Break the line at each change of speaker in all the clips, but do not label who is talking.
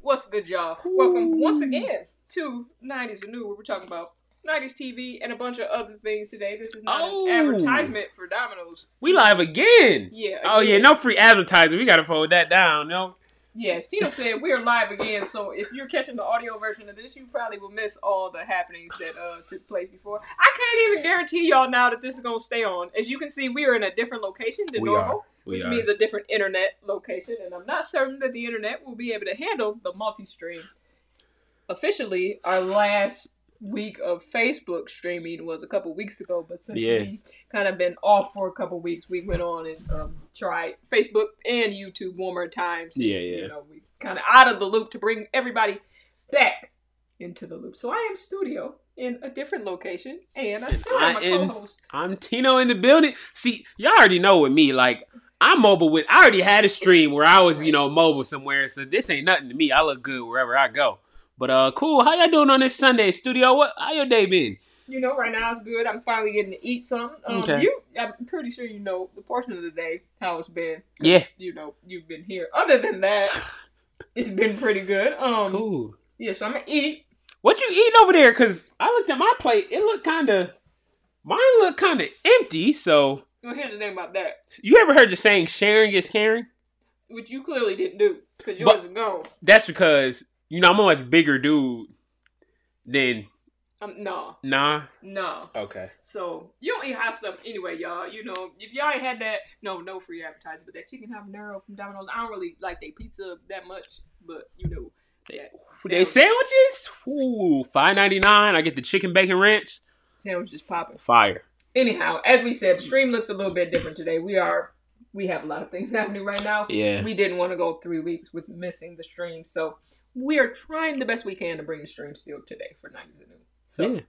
What's good, y'all? Welcome once again to 90s and New, where we're talking about 90s TV and a bunch of other things today. This is not
Oh.
an advertisement for Domino's.
We live again.
Yeah.
Oh yeah,
again.
no free advertising. We gotta fold that down. No.
Yes, Tina said we are live again. So if you're catching the audio version of this, you probably will miss all the happenings that uh, took place before. I can't even guarantee y'all now that this is gonna stay on. As you can see, we are in a different location than
We
normal,
We
which
are.
means a different internet location, and I'm not certain that the internet will be able to handle the multi-stream. Officially, our last week of Facebook streaming was a couple weeks ago, but since
Yeah.
we kind of been off for a couple weeks, we went on and um, tried Facebook and YouTube one more time. Since,
Yeah, yeah.
You know, we kind of out of the loop to bring everybody back into the loop. So I am studio in a different location, and I
And
still have
I
my
am-
co-host.
I'm Tino in the building. See, y'all already know with me, like I'm mobile with I already had a stream where I was, you know, mobile somewhere, so this ain't nothing to me. I look good wherever I go. But uh cool, how y'all doing on this Sunday, studio? What how your day been?
You know, right now it's good. I'm finally getting to eat something. Um,
Okay.
You, I'm pretty sure you know the portion of the day how it's been.
Yeah.
You know, you've been here. Other than that, it's been pretty good. Um,
It's cool.
Yeah, so I'm gonna eat.
What you eating over there? Cause I looked at my plate, it looked kinda mine looked kinda empty, so
Well, here's the thing about that.
you ever heard the saying sharing is caring?
which you clearly didn't do because
But-
yours is gone.
That's because you know I'm a much bigger dude than
Um, nah,
nah.
nah.
Okay.
So you don't eat hot stuff anyway, y'all. You know, if y'all ain't had that, no, no free advertising, but that chicken habanero from Domino's, I don't really like their pizza that much, but you know, that
They
sandwich-
sandwiches, ooh, five ninety nine. I get the chicken bacon ranch,
sandwich is popping.
fire.
Anyhow, as we said, the stream looks a little bit different today. We are, we have a lot of things happening right now.
Yeah,
We didn't want to go three weeks with missing the stream, so we are trying the best we can to bring the stream still today for 90s and noon. So
yeah.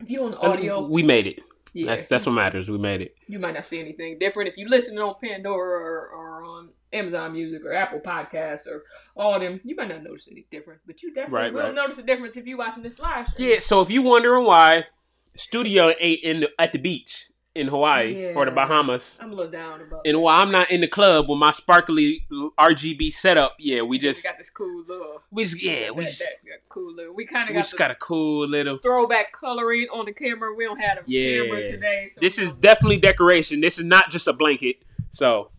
if you on the
That's-
audio,
We made it.
yeah.
That's that's what matters. We made it.
you might not see anything different if you listening on Pandora or, or on Amazon Music or Apple Podcasts or all them. You might not notice any different, but you definitely
Right,
will
right.
notice a difference if you watching this live. stream.
Yeah. So if you wondering why, studio ain't in the, at the beach in Hawaii or the
Yeah.
Bahamas,
I'm a little down about.
and
that.
why I'm not in the club with my sparkly RGB setup, yeah, we
we
just
got this cool little.
we just, yeah we
that-
just
that- that cool little. We kind
we
of got
just
the
got a cool little.
throwback coloring on the camera. We don't have a
Yeah.
camera today, so
This
we
is
don't-
definitely decoration. This is not just a blanket. So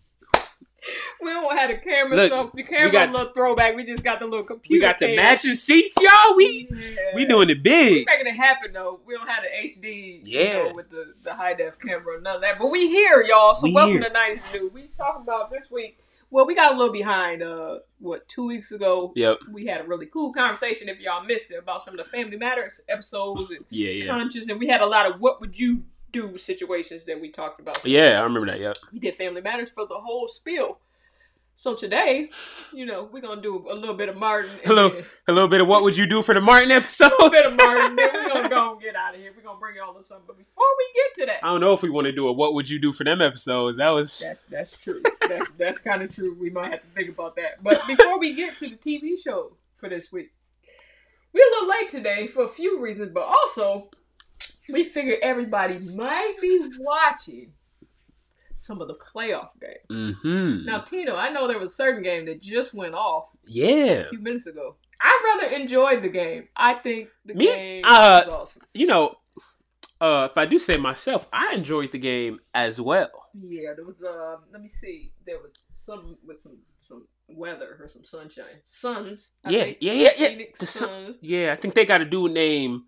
we don't have a camera,
Look,
so the camera
got-
a little throwback. We just got the little computer.
we got the
cam.
matching seats, y'all. We
Yeah.
we doing it big.
making it happen though. We don't have the HD, you
Yeah.
know, with the, the high def camera, none of that. But we here, y'all. So
We
welcome
here.
to '90s New. We talking about this week. Well, we got a little behind. Uh, what two weeks ago?
Yep.
We had a really cool conversation. If y'all missed it, about some of the Family Matters episodes and
Yeah, yeah.
conscious, and we had a lot of what would you do situations that we talked about.
Yeah, I remember that. Yep.
We did Family Matters for the whole spiel. So today, you know, we're gonna do a little bit of Martin. and
Hello.
then-
A little bit of what would you do for the Martin episode?
little bit of Martin. Then we're gonna go and get out of here. We're gonna bring y'all to something. But before we get to
I
that,
don't know if we want to do a what would you do for them episodes. That was
that's that's true. That's that's kind of true. We might have to think about that. But before we get to the TV show for this week, we're a little late today for a few reasons, but also we figure everybody might be watching some of the playoff games.
mm-hmm.
Now, Tino, I know there was a certain game that just went off
Yeah.
a few minutes ago. I rather enjoyed the game. I think the
Me-
game
uh,
was awesome.
You know, uh, if I do say myself, I enjoyed the game as well.
Yeah, there was um. Let me see. There was some with some some weather or some sunshine. Suns. I
yeah,
think.
yeah, yeah, yeah.
Phoenix
The sun-
Suns.
yeah, I think they got a dude named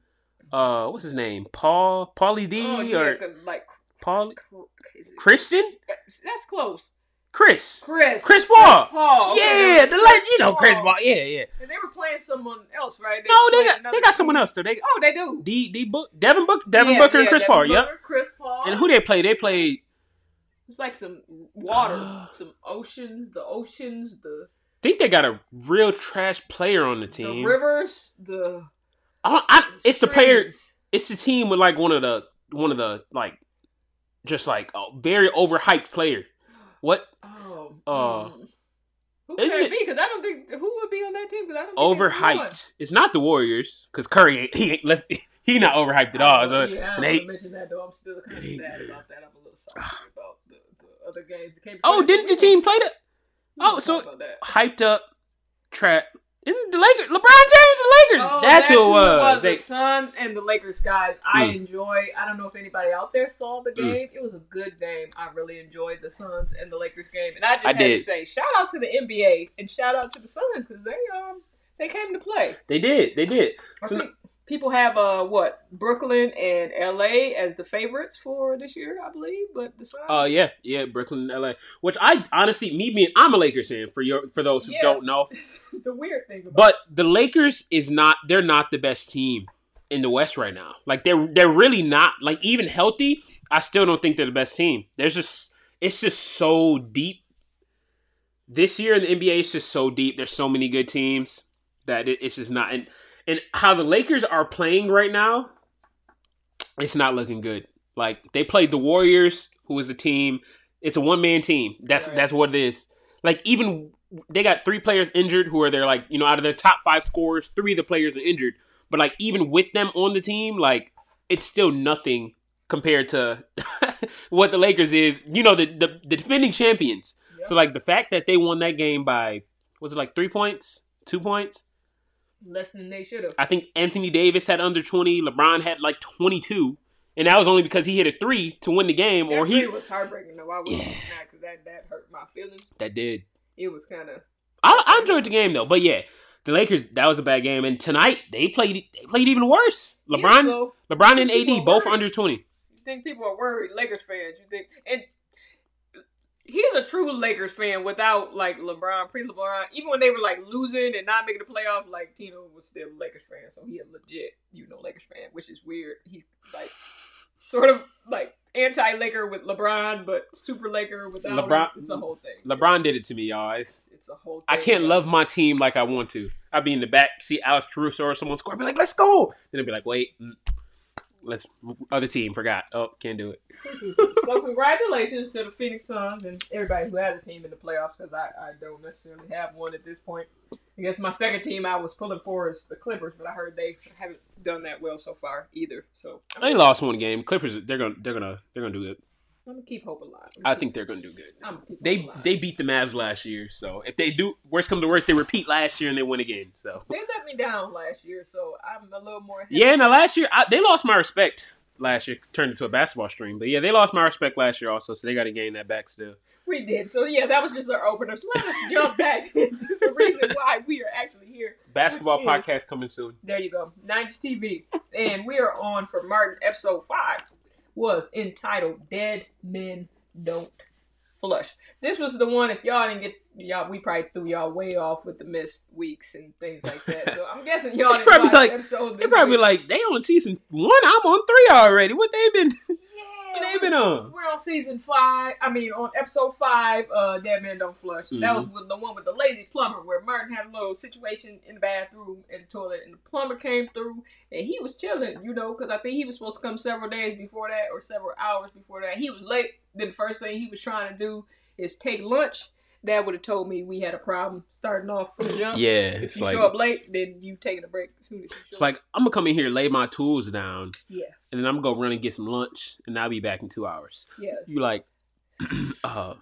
uh what's his name? Paul Paulie D
Oh, yeah,
or
'cause, like
Paul
cr- is it-
Christian?
That's close.
Chris.
Chris.
Chris Paul.
Chris Paul. Okay, there
yeah,
was
the last, you know,
Paul.
Chris Paul. Yeah, yeah.
And they were playing someone else, right?
No,
were
they
playing
got
another
they got
team.
someone else though. They got
Oh, they do.
D D Book Devin Book Devin
Yeah,
Booker and
yeah,
Chris
Devin
Paul. Yep.
Booker, Chris Paul.
And who they play? They played.
It's like some water, some oceans, the oceans, the
I think they got a real trash player on the
the
team.
rivers, the.
I don't, I, it's the player.
streams.
It's the team with like one of the one of the like just like a very overhyped player. What
Oh.
Uh,
mm. who could
isn't
it
it-
be? Because I don't think who would be on that team. Because I don't think there's one.
overhyped? It's not the Warriors because Curry ain't, he ain't let's, he not overhyped at all.
yeah,
So
I don't
and they-
wanna mention that though. I'm still kind of sad about that. I'm a little sorry about the, the other games that came.
oh,
before.
didn't
We
the team play the
won't- we
oh,
won't
so-
talk about that.
hyped up trap? Isn't the Lakers LeBron James the Lakers?
Oh,
that's, who it was.
the
They-
Suns and the Lakers, guys. I
Mm.
enjoy. I don't know if anybody out there saw the
Mm.
game. It was a good game. I really enjoyed the Suns and the Lakers game, and I just
I
had
did.
to say shout out to the NBA and shout out to the Suns because they um they came to play.
they did. They did.
I
So-
think people have uh what Brooklyn and LA as the favorites for this year, I believe. But the Suns.
Oh yeah, yeah, Brooklyn, LA. Which I honestly, me being, I'm a Lakers fan. For your, for those who
Yeah.
don't know,
the weird thing about
but the Lakers is not. They're not the best team in the West right now. Like they're they're really not. Like even healthy, I still don't think they're the best team. There's just it's just so deep. This year in the NBA, it's just so deep. There's so many good teams that it, it's just not. And and how the Lakers are playing right now, it's not looking good. Like they played the Warriors, who is a team. It's a one man team. That's
Right.
that's what it is. Like even they got three players injured who are their like you know out of their top five scores, three of the players are injured. But like even with them on the team, like it's still nothing compared to what the Lakers is. You know the the, the defending champions.
Yep.
So like the fact that they won that game by was it like three points, two points?
less than they should have.
I think Anthony Davis had under 20. LeBron had like 22. And that was only because he hit a three to win the game, or
That
he
really was heartbreaking though. I was
Yeah.
not because that that hurt my feelings.
that did.
It was kind of
I, I enjoyed the game though, but yeah, the Lakers that was a bad game, and tonight they played they played even worse. LeBron,
so
LeBron and
people
AD both
worried.
under 20.
you think people are worried, Lakers fans? You think and he's a true Lakers fan without like LeBron, pre LeBron. Even when they were like losing and not making the playoff, like Tino was still a Lakers fan, so he a legit you know Lakers fan, which is weird. He's like sort of like anti Laker with LeBron, but super Laker without him.
LeBron-
It's a whole thing.
LeBron did it to me, y'all. It's-
It's a whole. Thing,
I can't
y'all.
love my team like I want to. I'd be in the back, see Alex Caruso or someone score, I'd be like, "Let's go," then I'd be like, "Wait, mm, let's other team forgot. Oh, can't do it."
so congratulations to the Phoenix Suns and everybody who has a team in the playoffs because I, I don't necessarily have one at this point. I guess my second team I was pulling for is the Clippers, but I heard they haven't done that well so far either. So I'm,
They lost one game. Clippers, they're gonna they're gonna they're gonna do good.
gonna keep hope alive.
I think they're gonna do good.
I'm gonna keep hope
They
alive.
they beat the Mavs last year, so if they do worst come to worst, they repeat last year and they win again. So
they let me down last year, so I'm a little more.
yeah, now last year I, they lost my respect. Last year turned into a basketball stream, but yeah, they lost my respect last year also, so they got to gain that back still.
We did. So yeah, that was just our opener. So let us jump back into the reason why we are actually here.
Basketball
Which
podcast coming soon.
There you go. 90s TV. And we are on for Martin. Episode 5 was entitled Dead Men Don't Flush. This was the one, if y'all didn't get, y'all, we probably threw y'all way off with the missed weeks and things like that. So I'm guessing y'all
It's
didn't
probably
watch
like-
episode
They're
this
probably
week.
like they on season one. I'm on three already. What they been? What
yeah,
they been on?
We're on season five. I mean, on episode five, uh, Dead Man Don't Flush. That
Mm-hmm.
was with the one with the lazy plumber, where Martin had a little situation in the bathroom and the toilet, and the plumber came through, and he was chilling, you know, because I think he was supposed to come several days before that or several hours before that. He was late. Then the first thing he was trying to do is take lunch. That would have told me we had a problem starting off from the jump.
Yeah,
If
it's
you
like
show up late, then you taking a break as soon as you show
it's like I'm gonna come in here, lay my tools down,
up. Yeah,
and then I'm gonna go run and get some lunch, and I'll be back in two hours.
yeah.
you like uh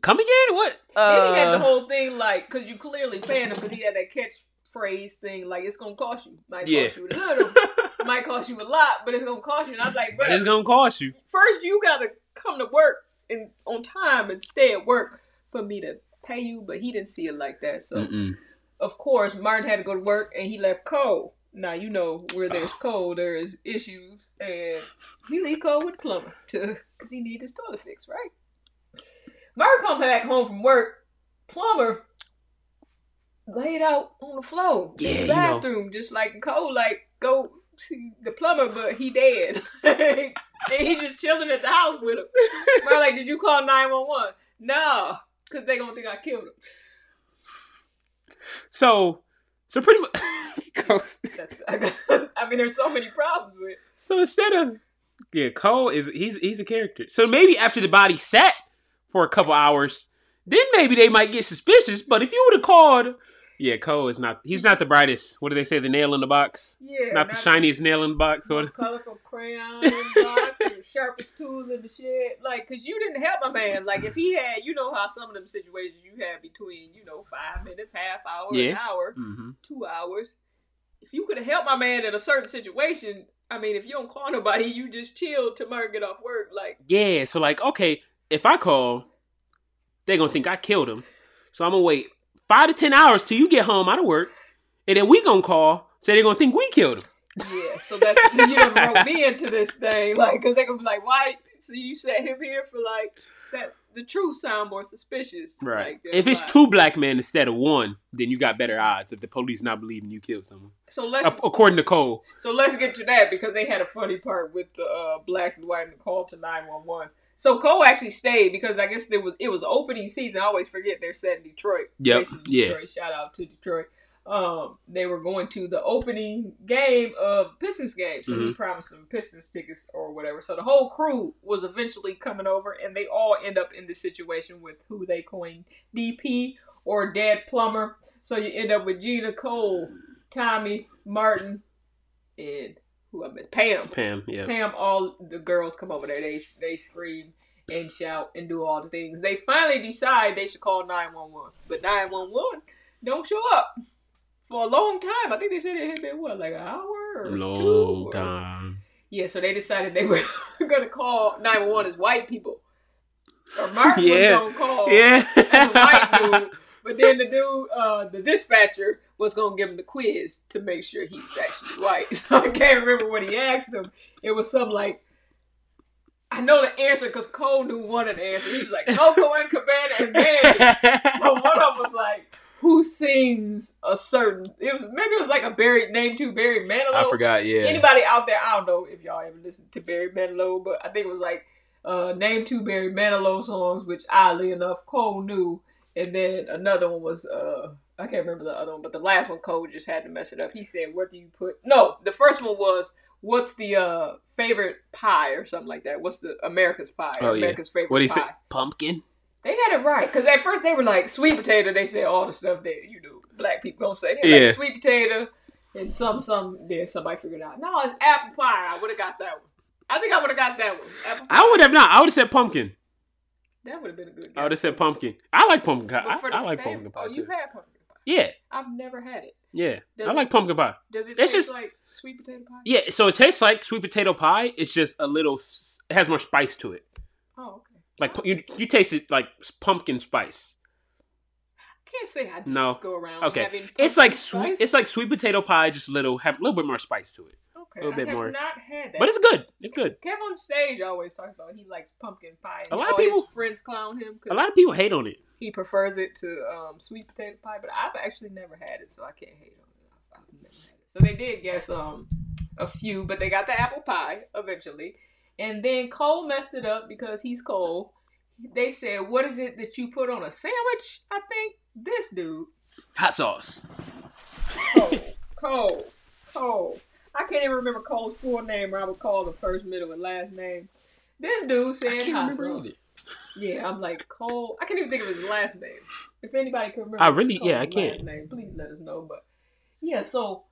come again what
Then he had the
uh
whole thing like, because you clearly paying him, because he had that catchphrase thing like, it's gonna cost you, might
Yeah.
cost you a little, might cost you a lot, but it's gonna cost you. And I'm like,
but it's
bro,
gonna cost you
first you gotta come to work and on time and stay at work for me to pay you. But he didn't see it like that, so
Mm-mm.
of course Martin had to go to work and he left cold. Now you know where there's cold, there is issues, and he leave cold with the plumber to because he need his toilet fixed, right? Martin come back home from work, plumber laid out on the floor
Yeah,
in
you
the
know.
bathroom, just like cold, like go see the plumber, but he dead. and he just chilling at the house with him. Martin like, did you call nine one one? No, because they gonna think I killed him.
so so pretty much goes-
That's, I, got, I mean, there's so many problems with.
so instead of yeah cole is he's he's a character so maybe after the body sat for a couple hours then maybe they might get suspicious but if you would have called yeah cole is not he's not the brightest what do they say the nail in the box
Yeah,
not the shiniest nail in the box what
colorful crayon box, and sharpest tools in the shed, like, cause you didn't help my man. Like, if he had, you know how some of them situations you had between, you know, five minutes, half hour, an
Yeah.
hour,
Mm-hmm.
two hours. If you could have helped my man in a certain situation, I mean, if you don't call nobody, you just chill tomorrow, and get off work. Like,
Yeah, so like, okay, if I call, they're gonna think I killed him. So I'm gonna wait five to ten hours till you get home out of work, and then we gonna call, so they're gonna think we killed him.
yeah. So that's you done broke me into this thing, like, cause they gonna be like, why? So you set him here for like that? The truth sound more suspicious, Like,
if it's
that's why.
two black men instead of one, then you got better odds if the police not believing you killed someone.
so let's
Ac- According to Cole.
So let's get to that because they had a funny part with the uh, black and white and the call to nine one one. So Cole actually stayed because I guess there was it was opening season. I always forget they're set in Detroit.
Yep,
Based in
yeah.
Detroit. Shout out to Detroit. Um, they were going to the opening game of Pistons game, so
Mm-hmm.
he promised them Pistons tickets or whatever. So the whole crew was eventually coming over, and they all end up in this situation with who they coined DP or Dead Plumber. So you end up with Gina Cole, Tommy Martin, and who I met, Pam.
Pam, yeah.
Pam, all the girls come over there. They they scream and shout and do all the things. They finally decide they should call nine one one, but nine one one don't show up for a long time. I think they said it had been what like an hour, or two,
Long
or-
time.
Yeah, so they decided they were gonna call nine one one as white people. Or Martin
Yeah.
was gonna call as Oh, a white
Yeah.
dude. But then the dude, uh, the dispatcher, was gonna give him the quiz to make sure he was actually white. So I can't remember what he asked him. It was something like, I know the answer because Cole knew one of the answers. He was like, Coco and Cabana and Mandy. So one of them was like, who sings a certain? It was, maybe it was like a buried name too, Barry Manilow.
I forgot, yeah.
Anybody out there? I don't know if y'all ever listened to Barry Manilow, but I think it was like uh, name two Barry Manilow songs, which oddly enough Cole knew, and then another one was uh, I can't remember the other one, but the last one Cole just had to mess it up. He said, "What do you put?" No, the first one was what's the uh, favorite pie or something like that. What's the America's pie?
Oh, yeah.
America's favorite
What do you
pie.
say? Pumpkin?
They had it right because at first they were like sweet potato. They said all the stuff that you know black people gonna say. They yeah,
Yeah.
like sweet potato and some some. Then somebody figured out no, it's apple pie. I would have got that one. I think I would have got that one. Apple pie.
I would have not. I would have said pumpkin.
That would have been a good.
I would have
guess.
said pumpkin. I like pumpkin pie.
But for
Oh, I, I
the
like
fam-
pumpkin pie
Oh,
too.
you had pumpkin pie.
Yeah,
I've never had it.
yeah.
Does
I
it-
like pumpkin pie.
Does it
It's
taste
just-
like sweet potato pie?
Yeah, so it tastes like sweet potato pie. It's just a little. s- It has more spice to it.
Oh, okay.
Like pu- you, you taste it like s- pumpkin spice.
I can't say I just
No.
go around.
Okay.
having
It's like
pumpkin
sweet.
spice.
It's like sweet potato pie, just little have a little bit more spice to it.
okay.
a little bit
I have
more.
Not had that.
But it's good. It's good.
Kev on stage always talks about he likes pumpkin pie. And
A
he-
lot of
all his
people-
friends clown him. 'cause
A lot of people hate on it.
he prefers it to um, sweet potato pie, but I've actually never had it, so I can't hate on it. I've I've never had it. So they did guess um a few, but they got the apple pie eventually, and then Cole messed it up because he's Cole. They said, "What is it that you put on a sandwich?" I think this dude,
Hot sauce.
Cole, Cole, Cole. I can't even remember Cole's full name. or I would call the first, middle, and last name. This dude
I
said,
can't
hot
remember
sauce.
either.
Yeah, I'm like Cole. I can't even think of his last name. If anybody can remember,
I really- yeah, I
Cole's
can't.
last Name, please let us know. But yeah, so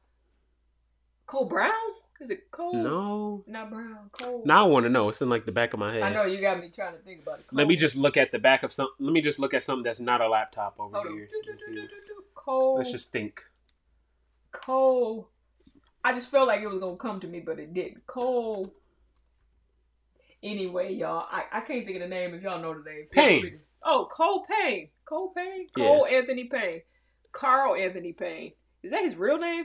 Cole Brown is it Cole?
No.
not Brown. Cole.
Now I want to know. It's in like the back of my head.
I know you got me trying to think about it.
Let me just look at the back of some. Let me just look at something that's not a laptop over
Hold on.
here.
Do, do,
Let's
do, do, do,
see.
do. Cole.
Let's just think.
Cole. I just felt like it was gonna come to me, but it didn't. Cole. Anyway, y'all, I, I can't think of the name. If y'all know the name, feel
Payne.
free to- Oh, Cole Payne. Cole Payne.
Yeah.
Cole Anthony Payne. Carl Anthony Payne. Is that his real name?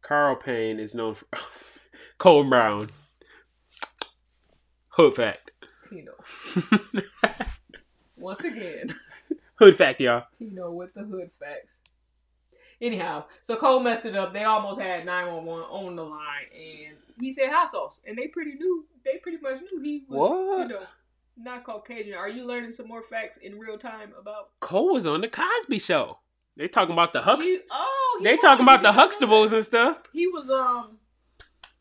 Carl Payne is known for Cole Brown. Hood fact.
Tino. Once again,
Hood fact, y'all.
Tino with the hood facts. Anyhow, so Cole messed it up. They almost had 911 on the line, and he said hot sauce. And they pretty knew, they pretty much knew he was, you
What?
know, not Caucasian. Are you learning some more facts in real time about?
Cole was on the Cosby Show. They talking about the Hux.
He- oh, he
They
was.
talking about
He
the
was-
Huxtables and stuff.
He was um,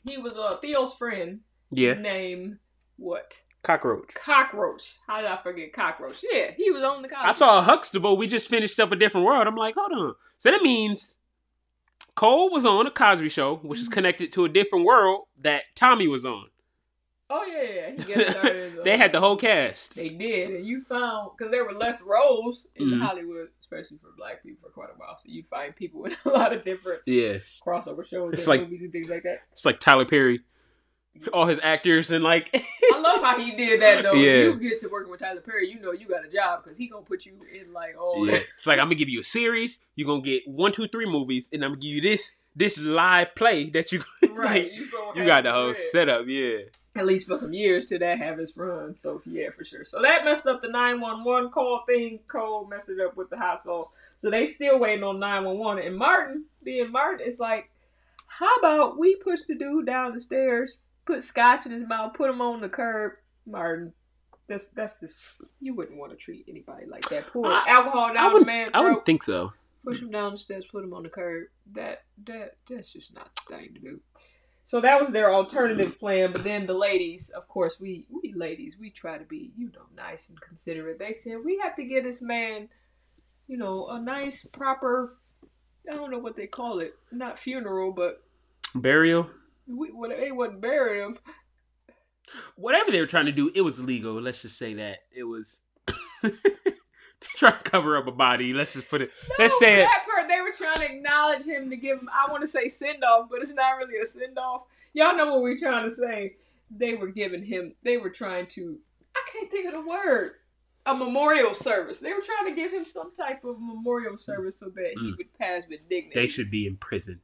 he was uh Theo's friend.
Yeah,
Name what?
cockroach.
Cockroach. How did I forget cockroach? Yeah, he was on the.
I saw a Huxtable. We just finished up a different world. I'm like, hold on. So that means Cole was on the Cosby Show, which is
Mhm.
connected to a different world that Tommy was on.
Oh yeah, yeah. He guest starred as, uh,
they had the whole cast.
They did, and you found because there were less roles in
Mhm.
Hollywood, especially for black people, for quite a while. So you find people in a lot of different
Yeah,
crossover shows,
It's
and
like-
movies, and things like that.
it's like Tyler Perry, all his actors and like
I love how he did that though.
Yeah.
You get to working with Tyler Perry, you know you got a job because he gonna put you in like all
Yeah. It's like I'm gonna give you a series. You're gonna get one, two, three movies, and I'm gonna give you this this live play that you. It's
right.
like,
you gonna
you
have
got
to
the whole
read.
setup, yeah.
at least for some years to that have its run. So yeah, for sure. So that messed up the nine one one call thing. Cole messed it up with the hot sauce. So they still waiting on nine one one. And Martin, being Martin, is like, how about we push the dude down the stairs, put scotch in his mouth, put him on the curb, Martin. That's that's just you wouldn't want to treat anybody like that. Pour
I-
alcohol
I
down the
wouldn't,
man's
I
throat,
wouldn't think so.
push him down the stairs, put him on the curb. That that that's just not the thing to do. So that was their alternative plan. But then the ladies, of course, we we ladies, we try to be you know nice and considerate. They said we have to give this man, you know, a nice proper. I don't know what they call it, not funeral, but
Burial,
we well, they wouldn't bury him.
whatever they were trying to do, it was legal. Let's just say that it was. They trying to cover up a body. Let's just put it. Let's say it.
that part they were trying to acknowledge him to give him. I want to say send off, but it's not really a send off. Y'all know what we're trying to say. They were giving him. They were trying to. I can't think of the word. A memorial service. They were trying to give him some type of memorial service so that he
Mm.
would pass with dignity.
They should be in prison.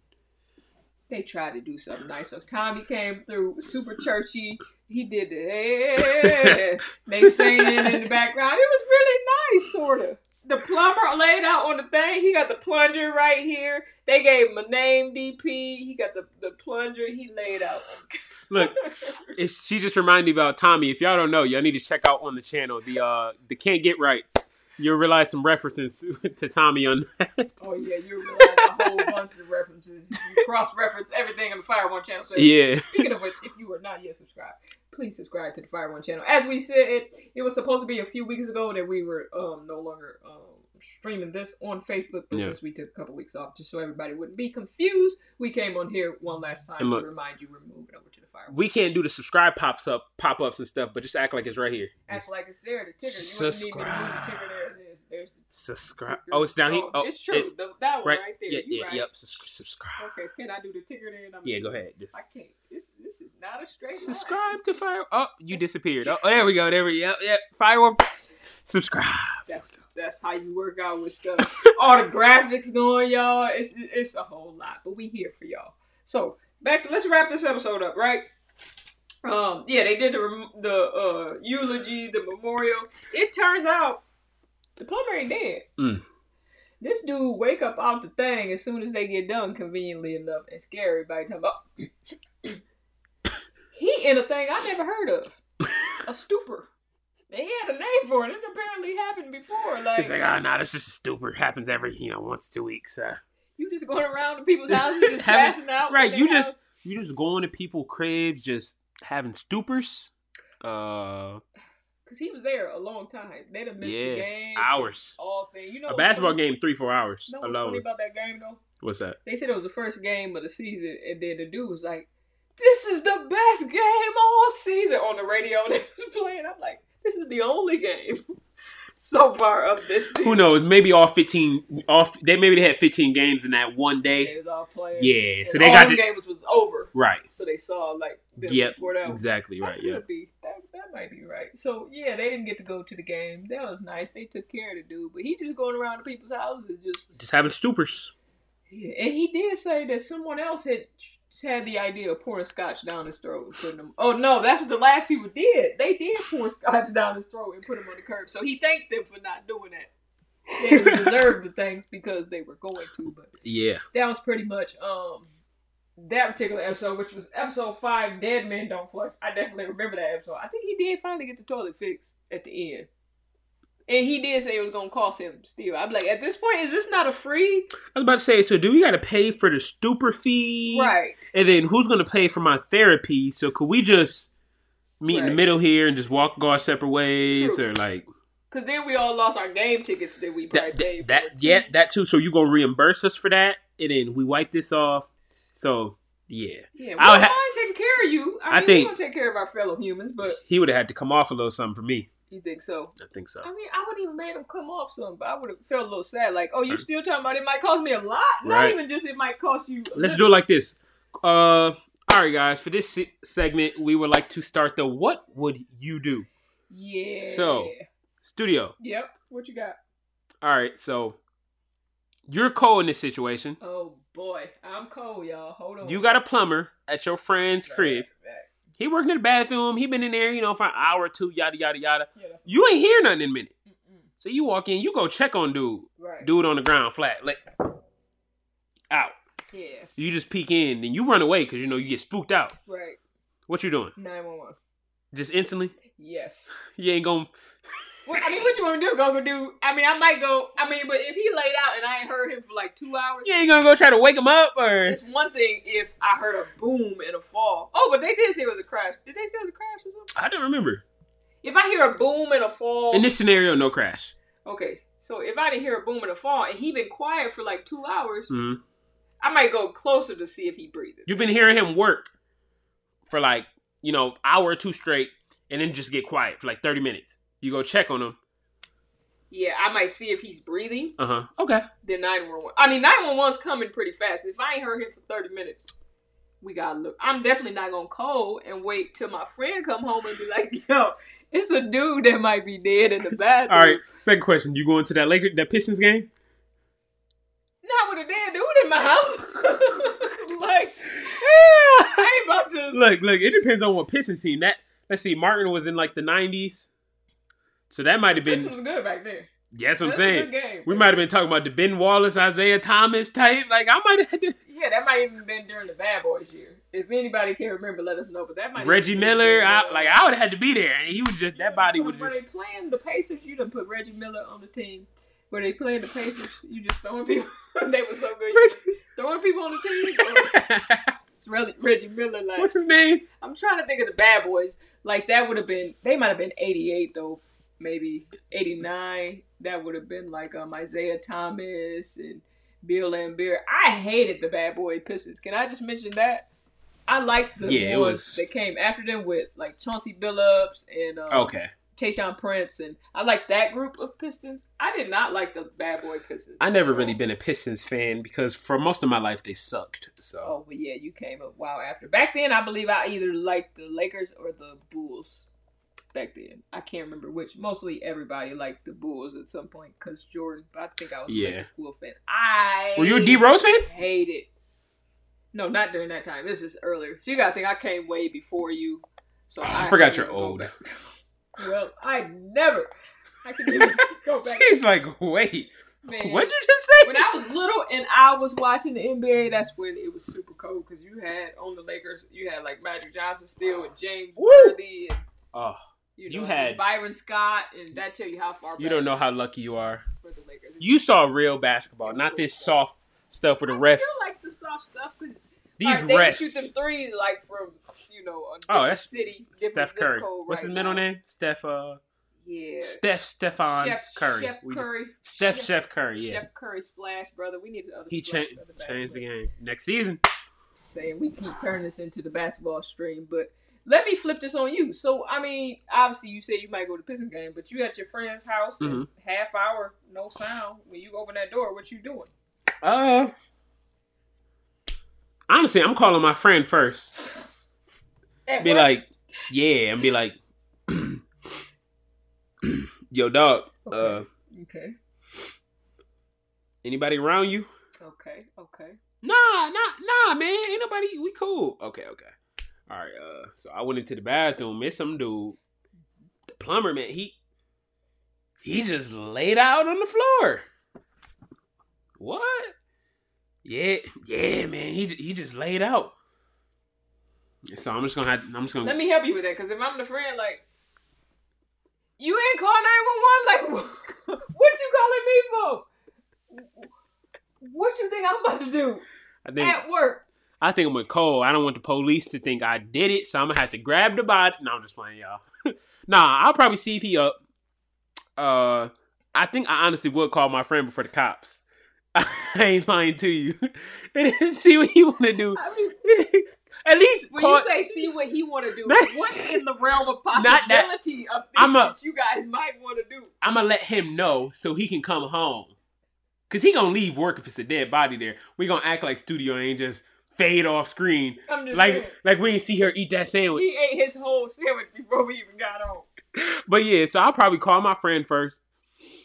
They tried to do something nice. So Tommy came through, super churchy. He did the hey. they singing in the background. It was really nice, sort of. The plumber laid out on the thing. He got the plunger right here. They gave him a name, DP. He got the, the plunger. He laid out.
Look, it's, she just reminded me about Tommy. If y'all don't know, y'all need to check out on the channel the uh the can't get rights. You'll realize some references to Tommy on
oh yeah, you were a whole bunch of references. Cross reference everything on the Fire One channel. So
yeah.
Speaking of which, if you are not yet subscribed, please subscribe to the Fire One channel. As we said, it, it was supposed to be a few weeks ago that we were um, no longer um, streaming this on Facebook, but
Yeah.
since we took a couple weeks off, just so everybody wouldn't be confused, we came on here one last time
And look-
to remind you we're moving over to the Fire One.
We can't do the subscribe pops up pop ups and stuff, but just act like it's right here.
Act like it's there, the ticker. You
Subscribe.
wouldn't even move the ticker. There it is. There's the
subscribe.
ticker.
Oh, it's down here. Oh,
it's true.
it's-
The- that one
right.
right, there.
yeah,
you
yeah,
right.
yep. Subs- subscribe.
Okay, so can I do the ticker there? And I'm
Yeah, go ahead. Just
I can't. This, this is not a straight line.
subscribe
This
to
is-
fire. Oh, you disappeared. Oh, there we go. There we Yep, yep. Firework. Subscribe.
That's that's how you work out with stuff. All the graphics going, y'all. It's it's a whole lot, but we here for y'all. So back, let's wrap this episode up, right? Um, yeah, they did the rem- the uh, eulogy, the memorial. It turns out the plumber ain't dead.
Mm.
This dude wake up out the thing as soon as they get done, conveniently enough, and scare everybody. Talking about he in a thing I never heard of, a stupor. And He had a name for it. It apparently happened before. Like,
It's like, oh, no, that's just stupid. Happens every, you know, once two weeks. Uh,
you just going around to people's houses, just
Having-
passing out.
right.
in
You
their
just you just going to people cribs, just having stupors. Uh,
because he was there a long time. They done missed
Yeah,
the game,
hours.
all thing. You know,
A
what's
basketball
funny?
game, three four hours
You know what's funny
alone.
about that game though?
What's that?
They said it was the first game of the season, and then the dude was like, "This is the best game all season" on the radio. They was playing. I'm like, "This is the only game so far of this season."
Who knows? Maybe all fifteen. Off. They maybe they had fifteen games in that one
They
day.
was all playing.
Yeah.
And
So they
all
got
them
to,
games was over,
right.
so they saw like them
Yep.
before that. was
Exactly right.
That
Yeah.
could be. That, that might be right. So yeah, they didn't get to go to the game. That was nice. They took care of the dude, but he just going around to people's houses, just.
Just having stupors.
Yeah. And he did say that someone else had had the idea of pouring scotch down his throat and putting him. Oh no, that's what the last people did. They did pour scotch down his throat and put him on the curb. So he thanked them for not doing that. They didn't deserve the thanks because they were going to, but
Yeah.
that was pretty much um that particular episode, which was episode five, Dead Men Don't Flush. I definitely remember that episode. I think he did finally get the toilet fixed at the end. And he did say it was gonna cost him still. I'm like, at this point, is this not a free?
I was about to say. So do we got to pay for the stupor fee?
Right.
And then who's gonna pay for my therapy? So could we just meet in
Right.
the middle here and just walk go our separate ways,
True.
or like
Cause then we all lost our game tickets that we probably
that?
paid
That,
for.
that yeah, that too. So you gonna reimburse us for that, and then we wipe this off. So Yeah.
Yeah,
I
well,
would
mine
ha-
taking care of you. I,
I
mean,
think-
we don't take care of our fellow humans, but
He would have had to come off a little something for me.
you think so?
I think so.
I mean, I wouldn't even made him come off some, but I would have felt a little sad. Like, oh, you still talking about it? Might cost me a lot. Not
Right.
even just it might cost you. a
Let's do
little.
it like this. Uh, all right, guys. For this se- segment, we would like to start the "What would you do?"
Yeah.
So- Studio.
Yep. What you got?
All right, so you're cold in this situation.
Oh boy, I'm cold, y'all. Hold on.
You got a plumber at your friend's crib. He working in the bathroom. He been in there, you know, for an hour or two. Yada yada yada.
Yeah, that's
You ain't hear nothing in a minute.
Mm-mm.
So you walk in. You go check on dude.
right.
Dude on the ground, flat, like out.
yeah.
You just peek in, then you run away because you know you get spooked out.
Right.
What you doing?
Nine one one.
Just instantly?
Yes.
You ain't gonna.
What, I mean, what you want me to do? Go go do? I mean, I might go. I mean, but if he laid out and I ain't heard him for like two hours,
You ain't gonna go try to wake him up or.
it's one thing if I heard a boom and a fall. Oh, but they did say it was a crash. Did they say it was a crash or something?
I don't remember.
If I hear a boom and a fall,
In this scenario, no crash.
okay. So if I didn't hear a boom and a fall, and he been quiet for like two hours,
Mhm.
I might go closer to see if he breathing.
You've been hearing him work for like you know hour or two straight, and then just get quiet for like thirty minutes. You go check on him.
Yeah, I might see if he's breathing.
Uh huh. Okay.
than 911. I mean, 911's coming pretty fast. If I ain't heard him for 30 minutes, we gotta look. I'm definitely not gonna call and wait till my friend come home and be like, yo, it's a dude that might be dead in the bathroom.
All right. Second question. You going to that Laker that Pistons game?
Not with a dead dude in my house. like, I ain't about to.
look, look. It depends on what Pistons team. That let's see. Martin was in like the nineties, so that might have
This
been.
was good back there.
Yeah, that's what
This was
I'm
a good
saying.
game.
We might have been talking about the Ben Wallace, Isaiah Thomas type. Like I might have had to-
Yeah, that might even been during the Bad Boys year. If anybody can remember, let us know. But that might
Reggie
even been
Miller.
during
I,
the-
like I would have had to be there, and he would just that body
Were-
would
Were
just.
they playing the Pacers? You done put Reggie Miller on the team. Were they playing the Pacers? You just throwing people. they were so good. You just throwing people on the team. Or It's really Reggie Miller. Like
What's his name?
I'm trying to think of the Bad Boys. Like that would have been. They might have been 88 though. Maybe 89. That would have been like um, Isaiah Thomas and Bill Lambert. I hated the Bad Boy Pistons. Can I just mention that? I liked the
Yeah, it
ones
was-
that came after them with like Chauncey Billups and um,
Okay,
Tayshawn Prince, and I like that group of Pistons. I did not like the Bad Boy Pistons.
I never really been a Pistons fan because for most of my life they sucked. So
Oh, but yeah, you came a while after. Back then, I believe I either liked the Lakers or the Bulls. Back then, I can't remember which. Mostly everybody liked the Bulls at some point because Jordan. But I think I was
Yeah.
a Lakers Bull fan. I
were you a D Rose fan?
Hate it. No, not during that time. This is earlier. So you gotta think I came way before you. So
I
I
forgot
can't
you're
even go
old.
back. Well, I never. I can even go back.
She's like, wait,
Man.
what'd you just say?
when I was little and I was watching the NBA, that's when it was super cold because you had on the Lakers, you had like Magic Johnson still and James
Woo!
Worthy and
oh,
you,
You
know,
had-
Byron Scott, and that tell you how far
you
back
don't know how lucky you are.
for the Lakers.
You saw real basketball, not this soft stuff with the
I
refs.
still like the soft stuff because
These
they can
refs.
shoot them threes like from you know a
Oh,
different
that's
city, different
Steph
zip
Curry.
Code
What's
right
his middle
now.
name? Steph. Uh,
Yeah,
Steph Stefan
Chef
Curry.
Chef
We just-
Curry,
Steph
Chef,
Chef Curry. Yeah,
Chef Curry splash brother. We need the other.
he
splash
changed
brother back.
changed the game next season.
saying we keep turning this into the basketball stream, but let me flip this on you. So I mean, obviously you said you might go to Pistons game, but you at your friend's house and
Mm-hmm.
half hour, no sound. When you open that door, what you doing?
Uh, honestly, I'm calling my friend first.
At
Be
work?
like, yeah, and be like, yo, dog. Uh,
Okay. Okay.
anybody around you?
Okay. Okay.
Nah, nah, nah, man. Ain't nobody. We cool. Okay, okay. All right. Uh, so I went into the bathroom. It's some dude, the plumber man. He he just laid out on the floor. What? Yeah, yeah, man. He ju- he just laid out. So I'm just gonna have. I'm just gonna.
Let me help you with that, because if I'm the friend, like you ain't call nine one one, like what you calling me for? What you think I'm about to do
I think.
at work?
I think I'm with Cole. I don't want the police to think I did it, so I'm gonna have to grab the body. No, I'm just playing, y'all. nah, I'll probably see if he up. Uh, I think I honestly would call my friend before the cops. I ain't lying to you. It is see what you want to do.
I mean,
At least
when
call,
you say see what he want to do,
Not-
what's in the realm of
Not that-
possibility of things
I'm a-
that you guys might want to do?
I'm gonna let him know so he can come home. Cause he gonna leave work if it's a dead body there. We gonna act like studio ain't just fade off screen.
I'm just
Like
saying.
like we ain't see her eat that sandwich.
He ate his whole sandwich before we even got on.
But yeah, so I'll probably call my friend first.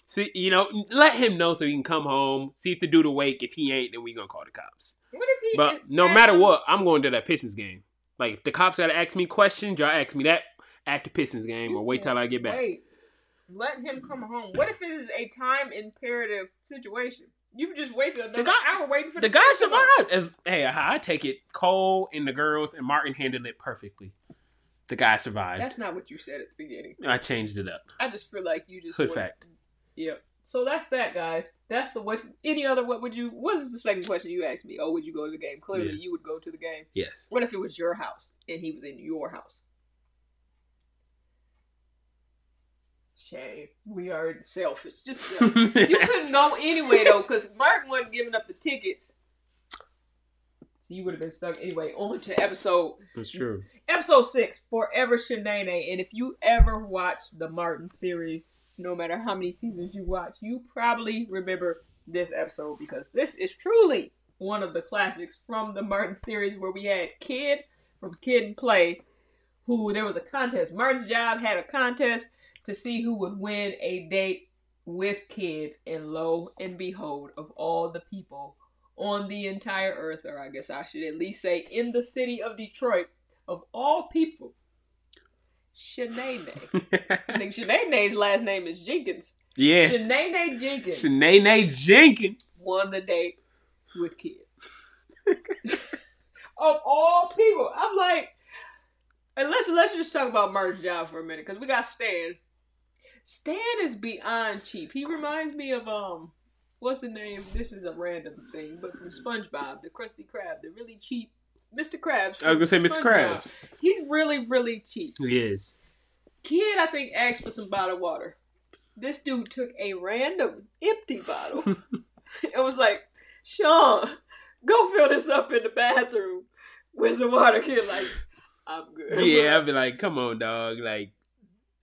See, you know, let him know so he can come home. See if the dude awake. If he ain't, then we gonna call the cops.
What if he? is-
But no
ask
matter
him-
what, I'm going to that Pistons game. Like if the cops gotta ask me questions, y'all ask me that at the Pistons game,
You
or wait
said
till I get back.
Wait, let him come home. What if it is a time imperative situation? You've just wasted another
guy-
hour waiting for the,
The guy
food to come.
survived. As, hey, I I take it. Cole and the girls and Martin handled it perfectly. The guy survived.
That's not what you said at the beginning.
I changed it up.
I just feel like you just
Hood
wanted-
fact.
Yep. So that's that, guys. That's the what. Any other what would you? What is the second question you asked me? Oh, would you go to the game? Clearly,
Yeah.
you would go to the game.
Yes.
What if it was your house and he was in your house? Shame. We are selfish. Just selfish. you couldn't go anyway though, because Martin wasn't giving up the tickets. So you would have been stuck anyway. On to episode
That's true.
episode six, Forever Shanae. And if you ever watch the Martin series, no matter how many seasons you watch, you probably remember this episode because this is truly one of the classics from the Martin series where we had Kid from Kid and Play, who there was a contest. Martin's job had a contest to see who would win a date with Kid, and lo and behold, of all the people on the entire earth, or I guess I should at least say in the city of Detroit, of all people, Shanae. I think Shanae's last name is Jenkins.
yeah.
Shanae Jenkins
Shanae Jenkins.
won the date with kids. of all people, I'm like, and let's let's just talk about Martin's job for a minute because we got Stan. Stan is beyond cheap. He reminds me of um, what's the name? This is a random thing, but from SpongeBob, the Krusty Krab, the really cheap Mr. Krabs.
I was gonna say
from
Mr.
SpongeBob.
Krabs.
He's really really cheap.
Yes.
Kid, I think, asked for some bottled water. This dude took a random empty bottle and was like, Sean, go fill this up in the bathroom with some water. Kid, like, I'm good.
Yeah, I'd be like, come on, dog. Like,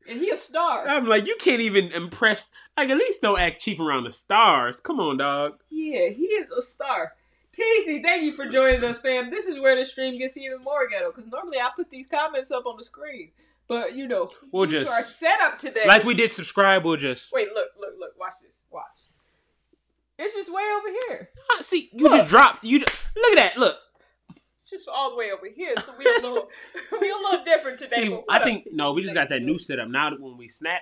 And he a star.
I'm like, you can't even impress. Like, at least don't act cheap around the stars. Come on, dog.
yeah, he is a star. TC, thank you for joining us, fam. This is where the stream gets even more ghetto because normally I put these comments up on the screen. But, you know,
We'll
to our
just
setup today.
like we did subscribe. We'll just
Wait, look, look, look. Watch this. Watch. It's just way over here.
Ah, see. You just dropped. You ju- look at that. Look.
It's just all the way over here, so we a little we a little different today.
See,
but what
I
up,
think
T?
no. We just got that new setup now. That when we snap,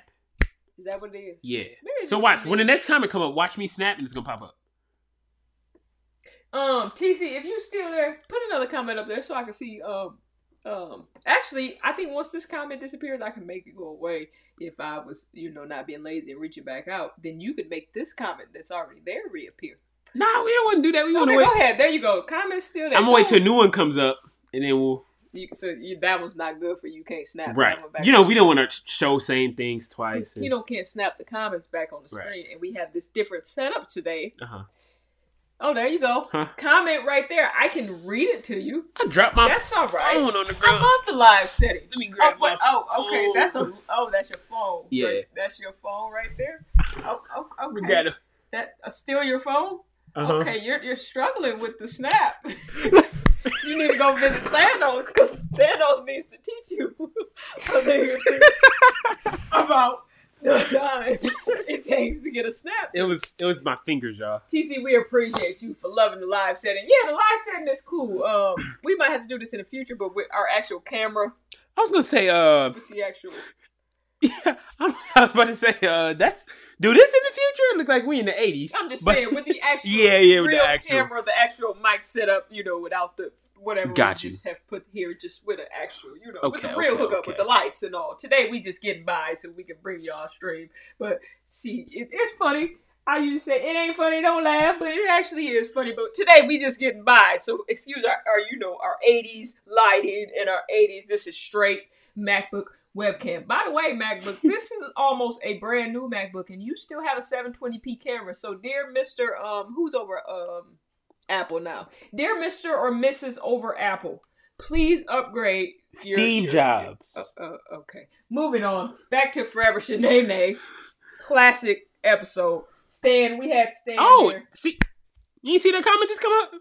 Is that what it is?
yeah.
Maybe it's
So
just
watch
me.
when the next comment come up. Watch me snap, and it's gonna pop up.
Um, TC, if you still there, put another comment up there so I can see. Um, um. Actually, I think once this comment disappears, I can make it go away. If I was, you know, not being lazy and reaching back out, then you could make this comment that's already there reappear.
No, we don't want to do that. We want
Okay,
to
go
wait.
ahead. There you go. Comment's still there.
I'm gonna wait till a
Go.
new one comes up, and then we'll
You, so you, that one's not good for you. You Can't snap. that
right.
one back
You know, we don't want to show same things
Since
twice. and-
Tino can't snap the comments back on the
Right.
screen, and we have this different setup today.
uh-huh.
Oh, there you go.
Huh.
Comment right there. I can read it to you.
I dropped my
That's all
phone
right.
on the
I'm
ground.
off the live setting.
Let me
Oh,
grab my
wait, oh, okay.
phone.
That's a. Oh, that's your phone.
Yeah.
Right, That's your phone right there. Oh, oh,
We
okay.
gotta.
That uh, still your phone?
Uh-huh.
Okay, you're you're struggling with the snap. you need to go visit Thanos because Thanos needs to teach you a thing or two about the time it takes to get a snap.
It was it was my fingers, y'all.
TC, we appreciate you for loving the live setting. Yeah, the live setting is cool. Um, we might have to do this in the future, but with our actual camera,
I was gonna say, uh,
with the actual.
yeah, I'm, I was about to say, uh, that's do this in the future. It look like we in the eighties.
I'm just saying, with the actual.
Yeah, yeah, with the
real
actual.
camera, the actual mic setup. You know, without the whatever
Got
we
you.
just have put here, just with an actual, you know, with
Okay,
the real
okay,
hookup, with
okay.
the lights and all. Today we just getting by, so we can bring y'all stream. But see, it, it's funny. I used to say it ain't funny, don't laugh, but it actually is funny. But today we just getting by, so excuse our, our you know, our '80s lighting and our '80s. This is straight MacBook webcam. By the way, MacBook, this is almost a brand new MacBook, and you still have a 720p camera. So, dear Mister, um, who's over um, Apple now? Dear Mister or Mrs. over Apple, please upgrade. your-
Steve
your-
Jobs.
uh, uh, okay, moving on. Back to Forever Shanae. Classic episode. Stan, we had Stan.
oh,
here.
see, you see that comment just come up?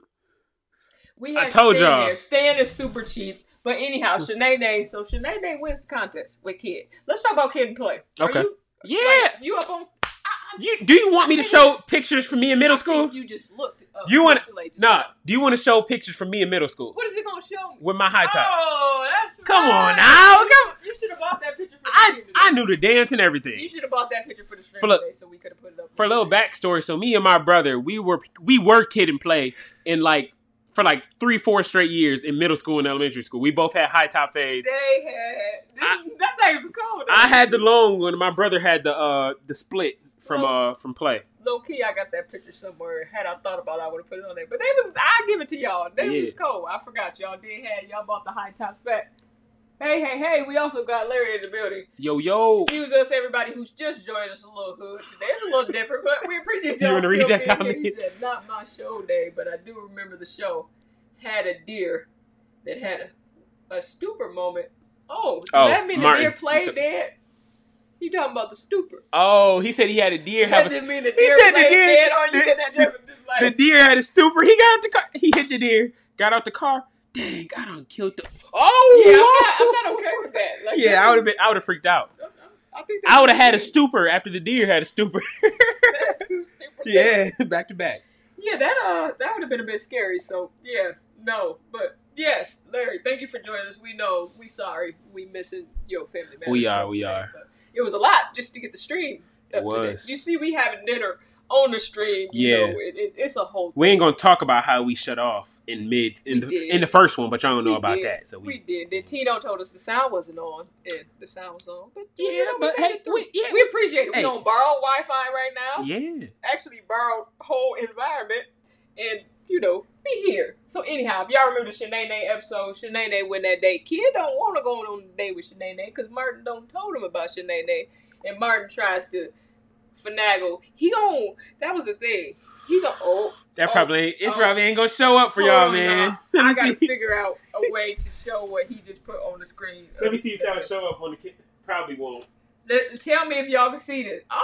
We
I
had
told
Stan
y'all.
There. Stan is super cheap. But anyhow, Shanae So Shanae wins the contest with Kid. Let's talk about Kid and Play. Are
Okay.
you-
Yeah.
like, you up on?
You do you want me to show pictures from me in middle school?
You just uh, looked. Up
You wanna-
Chick-fil-A just
Nah.
now.
Do you want to show pictures from me in middle school
What is it gonna show me?
with my high top?
Oh, that's
Come on
right.
now, come-
You should have bought that picture for the
I
stream
I
today.
knew the dance and
You
everything.
should have bought that picture for the stream
For look-
today, so we could have put it up.
For a little backstory, so me and my brother, we were we were kid and play in like for like three four straight years in middle school and elementary school. We both had high top fades.
They had
I-
that thing was cold.
I had the long one. and My brother had the uh the split from uh from play.
low key. I got that picture somewhere. Had I thought about, it, I would have put it on there. But they was. I give it to y'all. They
Yeah.
was cold. I forgot y'all did have y'all bought the high tops back. Hey, hey, hey! We also got Larry in the building.
Yo yo.
Excuse us, everybody who's just joined us a little hood today. It's a little different, but we appreciate
You
y'all.
wanna read
still
that
being
comment?
Here. He said, "Not my show day, but I do remember the show had a deer that had a, a stupor moment. Oh, does
Oh,
that mean
Martin.
the deer
He
played
said-
dead? You talking about the stupor?
Oh, he said he had a deer
That
have a,
didn't mean the
He
deer
said the
played
deer-
dead, or you
the-
could not just just like
the deer had a stupor. He got out the car. He hit the deer. Got out the car. Dang, I done killed the. Oh
Yeah, I'm not, I'm not okay with that. Like,
yeah, I would have been. I would have freaked out.
been. I, think
I would have had a stupor after the deer had a stupor.
that's too stupid.
back to back.
Yeah, that uh, that would have been a bit scary. So yeah, no, but yes, Larry, thank you for joining us. We know we sorry we missing your family. matters
We are,
show
we
today,
are.
But it was a lot just to get the stream
It
up today.
was.
You see, we having dinner on the stream. You
Yeah.
know, it, it's it's a whole.
We ain't gonna talk about how we shut off in mid in
We
the
did.
in the first one, but y'all don't know
We
about
did.
that. So
We
we,
did. Then Tino told us the sound wasn't on, and the sound was on. But
Yeah,
you know, we
but
made
hey,
it through.
we- yeah.
we appreciate it.
Hey.
We don't borrow Wi-Fi right now.
yeah.
actually borrowed whole environment and you know be here. So anyhow, if y'all remember the Shanae episode, Shanae went that day. Kid don't want to go on the date with Shanae because Martin don't told him about Shanae, and Martin tries to finagle. He gon' that was the thing. He gon' oh
That
Oh,
probably ain't, it's
oh.
probably ain't gonna show up for
hold
y'all,
on,
man.
y'all. I
Let me
gotta
see.
figure out a way to show what he just put on the screen.
Let me see if that'll show up on the kid. Probably won't.
Let- tell me if y'all can see this. Oh,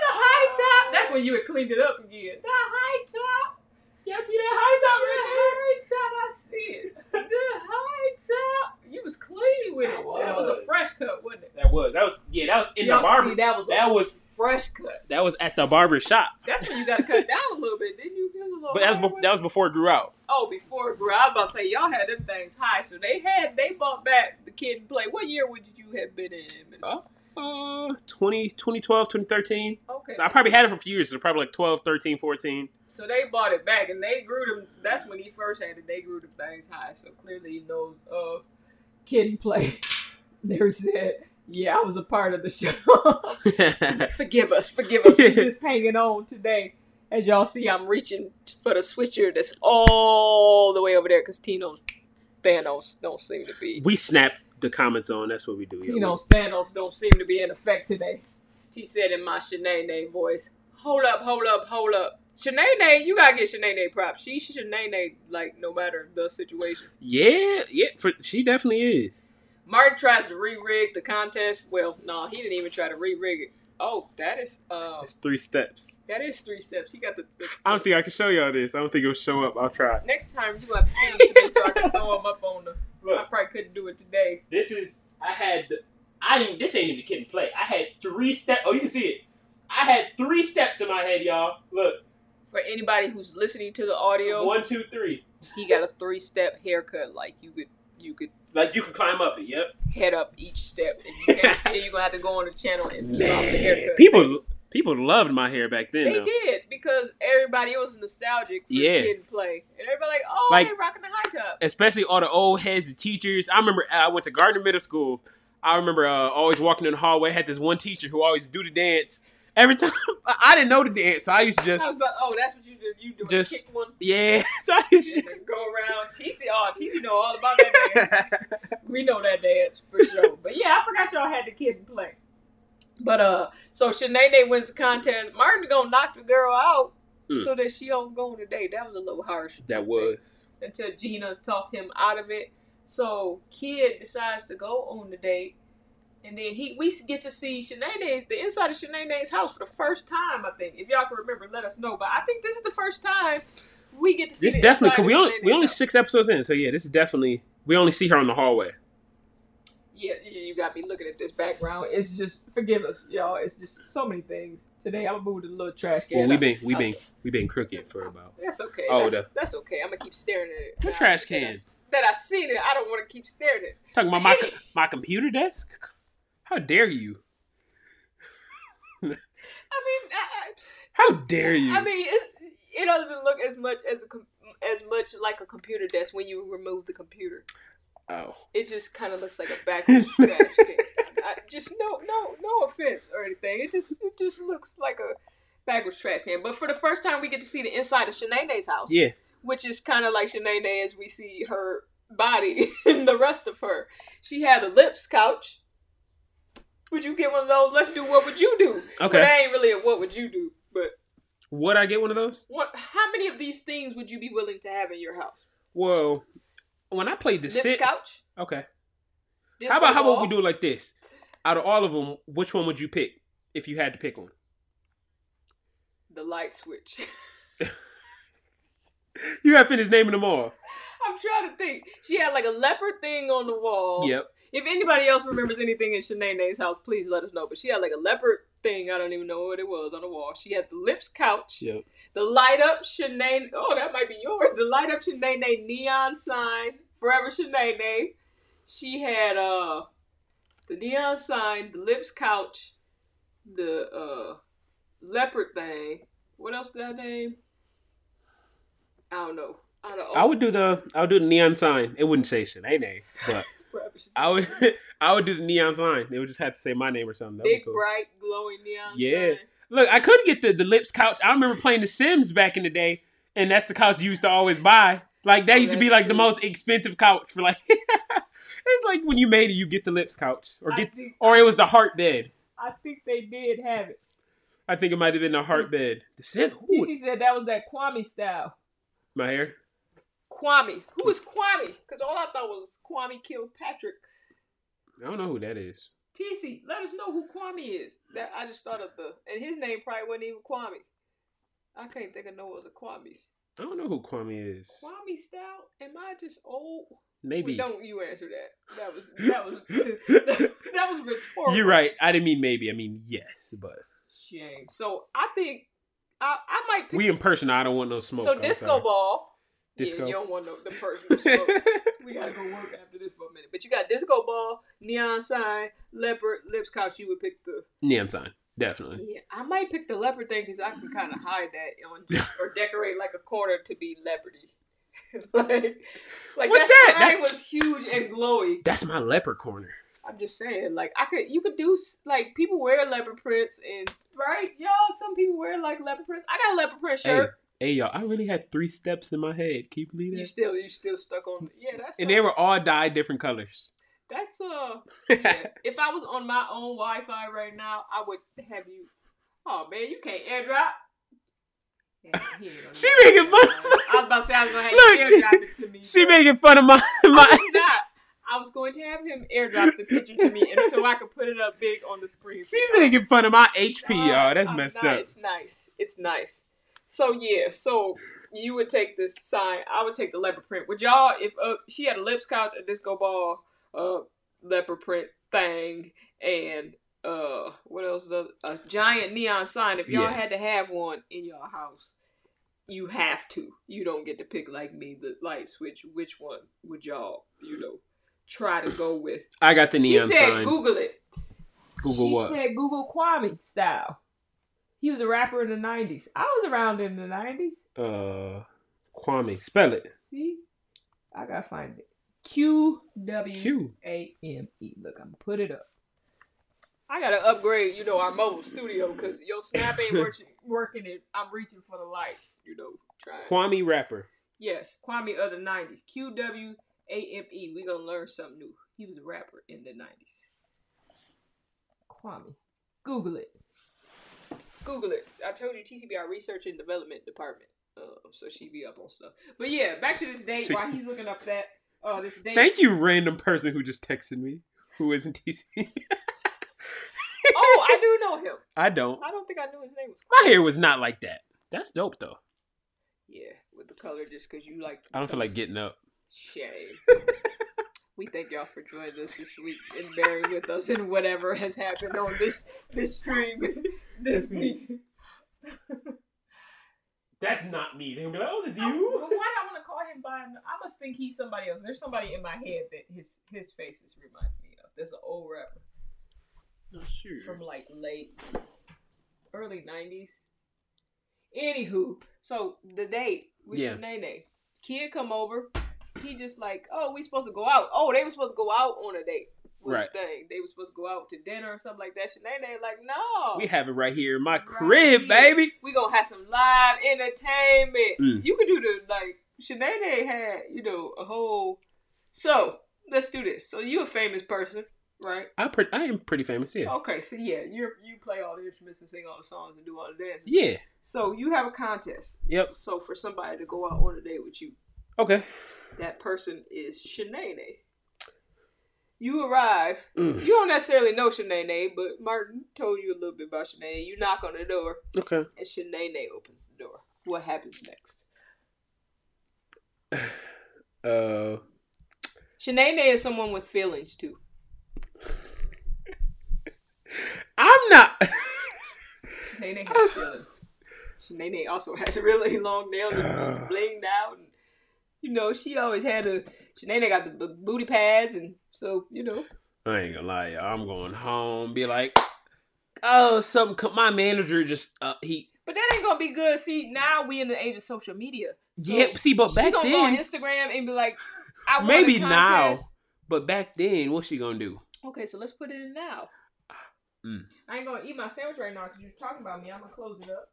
the high top. That's when you had cleaned it up again. The high top.
Y'all see that high
Every time I see it, the high top, you was clean with it.
I
That was. a
was.
fresh cut, wasn't it?
That was that was yeah that was in
Y'all
the
can
barber.
see that was a
That was
fresh cut.
that was at the barber shop.
That's when you got to cut down a little bit, didn't you? It was a little
But that was
higher
bef-
with
that
it.
was before it grew out.
oh before it grew. I was about to say y'all had them things high, so they had they bought back the kid and play. What year would you have been in?
Oh, Uh, 20, 2012, 2013.
okay,
So I probably had it for a few years. So probably like 12, 13, 14.
So they bought it back, and they grew them. That's when he first had it. They grew them things high. So clearly he knows of kid and play. Larry said, "Yeah, I was a part of the show. forgive us, forgive us. We're just hanging on today." As y'all see, I'm reaching t- for the switcher that's all the way over there because Tino's Thanos don't seem to be.
we snap the comments on. That's what we do. yeah.
Tino's Thanos don't seem to be in effect today. T said in my Shanae voice, Hold up, hold up, hold up. Shanae, you gotta get Shanae props. She Shanae like no matter the situation.
yeah, yeah. For, she definitely is.
Martin tries to re rig the contest. Well, no, he didn't even try to re rig it. Oh, that is uh
It's three steps.
that is three steps. He got the, the-
I don't think I can show y'all this. I don't think it'll show up. I'll try.
next time you gonna have to send them to me so I can throw them up on the I
Look,
probably couldn't do it today.
this is. I had. the- I didn't. This ain't even kid and play. I had three steps. Oh, you can see it. I had three steps in my head, y'all. Look,
For anybody who's listening to the audio,
one, two, three.
he got a three step haircut. Like you could you could
Like you can climb up it. Yep.
head up each step. If you can't see it, you're gonna have to go on the channel and peel off the
Man,
haircut.
people people loved my hair back then.
they
though.
did because everybody it was nostalgic for
Yeah.
kid and play, and everybody like, oh,
Like-
they rocking the high top.
especially all the old heads, the teachers. I remember I went to uh, Gardner Middle School. I remember uh, always walking in the hallway. Had this one teacher who always do the dance, Every time I I didn't know the dance, so I used to
I was
just
about, oh, that's what you do. You do
Just-
just, kick one,
yeah. So I used to just
just go around. TC, oh, TC know all about that dance. we know that dance for sure. but yeah, I forgot y'all had the kid and play. But uh, so Shanae wins the contest. Martin gonna knock the girl out
Mm.
so that she don't go on the date. That was a little harsh. I
that
think,
was
until Gina talked him out of it. So kid decides to go on the date. And then he, we get to see Shanae's, the inside of Shanae's house for the first time. I think, if y'all can remember, let us know. But I think this is the first time we get to see.
this
the
definitely.
inside
Cause
of
we only we
Shanae's
only
house.
six episodes in, so yeah, this is definitely we only see her in the hallway.
Yeah, you, you got me looking at this background. It's just forgive us, y'all. It's just so many things. Today I'm moving the little trash can.
Well, we been we been we been crooked for about.
That's okay.
Oh,
that's,
the-
that's okay. I'm gonna keep staring at it.
The
Now
trash
that I-
can.
That I seen it. I don't want to keep staring at it.
Talking about my co- my computer desk. How dare you?
I mean, I, I,
How dare you?
I mean, it, it doesn't look as much as a com- as much like a computer desk when you remove the computer.
oh,
It just kind of looks like a backwards trash can. I, just no, no, no offense or anything. It just it just looks like a backwards trash can. But for the first time, we get to see the inside of Shanae's house,
yeah.
which is kind of like Shanae as we see her body and the rest of her. She had a lips couch. Would you get one of those? Let's do what would you do?
Okay.
But that ain't really a what would you do, but.
Would I get one of those?
What? How many of these things would you be willing to have in your house?
Well, when I played the
This
sit,
couch.
okay.
This
How about how about
wall?
we do it like this? Out of all of them, which one would you pick if you had to pick one?
the light switch?
You have finished naming them all.
I'm trying to think. She had like a leopard thing on the wall.
Yep.
If anybody else remembers anything in Shanae's house, please let us know. But she had like a leopard thing. I don't even know what it was on the wall. She had the lips couch.
Yep.
The light up Shanae. Oh, that might be yours. The light up Shanae neon sign. Forever Shanae. She had uh the neon sign, the lips couch, the uh leopard thing. What else did I name? I don't know. I don't know.
I would do the I would do the neon sign. It wouldn't say Shanae, name, but
Forever Shanae.
I would I would do the neon sign. It would just have to say my name or something. That'd be
Big
cool.
bright glowing neon
Yeah.
sign.
Look, I could get the the lips couch. I remember playing the Sims back in the day, and that's the couch you used to always buy. Like that
Oh,
used to be
that's
like the
true.
most expensive couch for like. it's like when you made it, you get the lips couch or
I
get
think,
or it was the heart bed.
I think they did have it.
I think it might have been the heart bed. The Sim. Ooh,
TC said that was that Kwame style.
my hair.
Kwame. Who is Kwame? Because all I thought was Kwame Kilpatrick.
I don't know who that is.
TC, let us know who Kwame is. That I just thought of the and his name probably wasn't even Kwame. I can't think of no other Kwame's.
I don't know who Kwame is.
Kwame Stout? Am I just old?
Maybe.
Don't you answer that. That was that was that, was rhetorical.
You're right. I didn't mean maybe. I mean yes, but
Shame. So I think I I might pick
we in person. I don't want no smoke.
so
I'm
disco
sorry.
ball.
Disco.
Yeah, you don't want no, the personal smoke. we gotta go work after this for a minute. But you got disco ball, neon sign, leopard, lips couch. You would pick the.
Neon sign, definitely.
Yeah, I might pick the leopard thing because I can kind of hide that on or decorate like a corner to be leopardy. like, like
What's
that,
that?
sign
That-
was huge and glowy.
That's my leopard corner.
I'm just saying, like I could, you could do s- like people wear leopard prints and right, y'all. Some people wear like leopard prints. I got a leopard print
Hey,
shirt.
hey, y'all! I really had three steps in my head. Can you believe
You
that?
still, you still stuck on. Yeah, that's
And
a-
they were all dyed different colors.
That's uh yeah. if I was on my own Wi Fi right now, I would have you Oh man, you can't airdrop. Yeah, he ain't gonna
She
do
making fun
that.
of my-
I was about to say I was gonna have you
Look,
airdrop it to me.
She
but
making fun of my
I
my.
was not. I was going to have him airdrop the picture to me and so I could put it up big on the screen. for
She
y'all.
making fun of my HP,
Nah,
y'all. That's
I'm
messed
not.
up.
It's nice. It's nice. So yeah, so you would take this sign. I would take the leopard print. Would y'all if uh, she had a lips couch, a disco ball, uh, leopard print thing, and uh, what else? The, a giant neon sign. If y'all
Yeah.
had to have one in your house, you have to. You don't get to pick like me the light switch. Which one would y'all, you know, try to go with?
I got the
She
neon
said,
sign.
"Google it."
Google
she
what?
said Google Kwame style. He was a rapper in the nineties. I was around in the nineties.
uh, Kwame, spell it.
See? I gotta find it. Q W
Q.
A M E. Look, I'm gonna put it up. I I gotta upgrade, you know, our mobile studio because your snap ain't working. Working it, I'm reaching for the light. You know, trying.
Kwame rapper.
Yes, Kwame of the '90s. Q W A M E. We gonna learn something new. He was a rapper in the '90s. Kwame, Google it. Google it. I told you TCB our research and development department, uh, so she be up on stuff. But yeah, back to this date while he's looking up that uh this date.
Thank you, random person who just texted me who isn't TC.
Oh, I do know him.
I don't.
I don't think I knew his name was.
My hair was not like that. That's dope though.
Yeah, with the color just because you like.
I don't feel like getting up.
Shame. we thank y'all for joining us this week and bearing with us in whatever has happened on this this stream this week.
That's not me. They're gonna be like, oh, that's
But why I want to call him by? I must think he's somebody else. There's somebody in my head that his his face is reminding me of. There's an old rapper
Oh, shoot.
from like late early '90s. Anywho, so the date with
Yeah.
yeah. Nene, kid come over. He just like, oh, we supposed to go out. Oh, they were supposed to go out on a date. Was the
Right.
Thing. They were supposed to go out to dinner or something like that. Shanae like, no.
We have it right here in my
Right
crib,
here.
baby.
we gonna have some live entertainment.
Mm.
You could do the like Shanae had, you know, a whole. So let's do this. So you a famous person, right?
I pre- I am pretty famous, yeah.
Okay, so yeah, you you play all the instruments and sing all the songs and do all the dances.
Yeah.
So you have a contest.
Yep.
So for somebody to go out on a date with you,
Okay.
that person is Shanae. You arrive.
Mm.
You don't necessarily know Shanae, but Martin told you a little bit about Shanae. You knock on the door,
Okay.
and Shanae opens the door. What happens next?
Uh
Shanae is someone with feelings too.
I'm not
Shanae has feelings. Shanae also has a really long nail that she's blinged out. And, you know, she always had a. Shanae got the b- booty pads, and so, you know.
I ain't gonna lie, y'all. I'm going home, be like, oh, something co- my manager just uh he
But that ain't gonna be good. See, now we in the age of social media. So
Yep, see, but
she
back
gonna go on
then
Instagram and be like, I won
Maybe
a
now.
contest.
but back then, what's she gonna do?
Okay, so let's put it in now.
Mm.
I ain't gonna eat my sandwich right now because you're talking about me. I'm gonna close it up.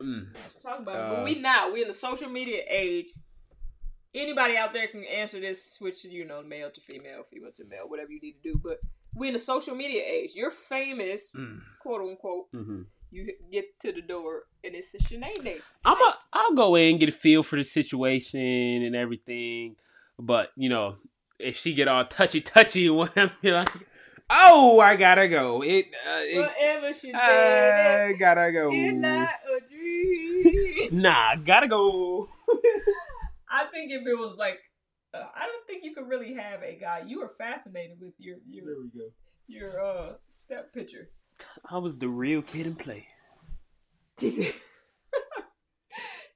Mm.
Talk about it.
Uh,
But we now we in the social media age. Anybody out there can answer this. Switch, you know, male to female, female to male, whatever you need to do. But we in the social media age. You're famous,
Mm.
quote unquote.
hmm
You get to the door and it's a Sinead.
I'm a, I'll go in and get a feel for the situation and everything, but you know, if she get all touchy touchy and what I'm like, oh, I gotta go. It, uh, it
Whatever she did,
I gotta go.
it's not a dream.
Nah, gotta go.
I think if it was like, uh, I don't think you could really have a guy. You were fascinated with your your
we go.
your uh step picture.
I was the real kid in play.
TC.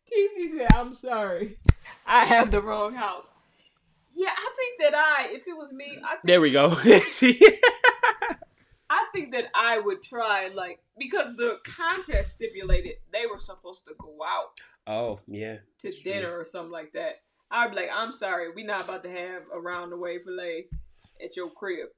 TC said, I'm sorry. I have the wrong house. Yeah, I think that I, if it was me, I think,
There we go. See?
I think that I would try, like, because the contest stipulated they were supposed to go out
oh yeah.
to
That's
dinner or something like that. I'd be like, I'm sorry, we're not about to have a round the way filet at your crib.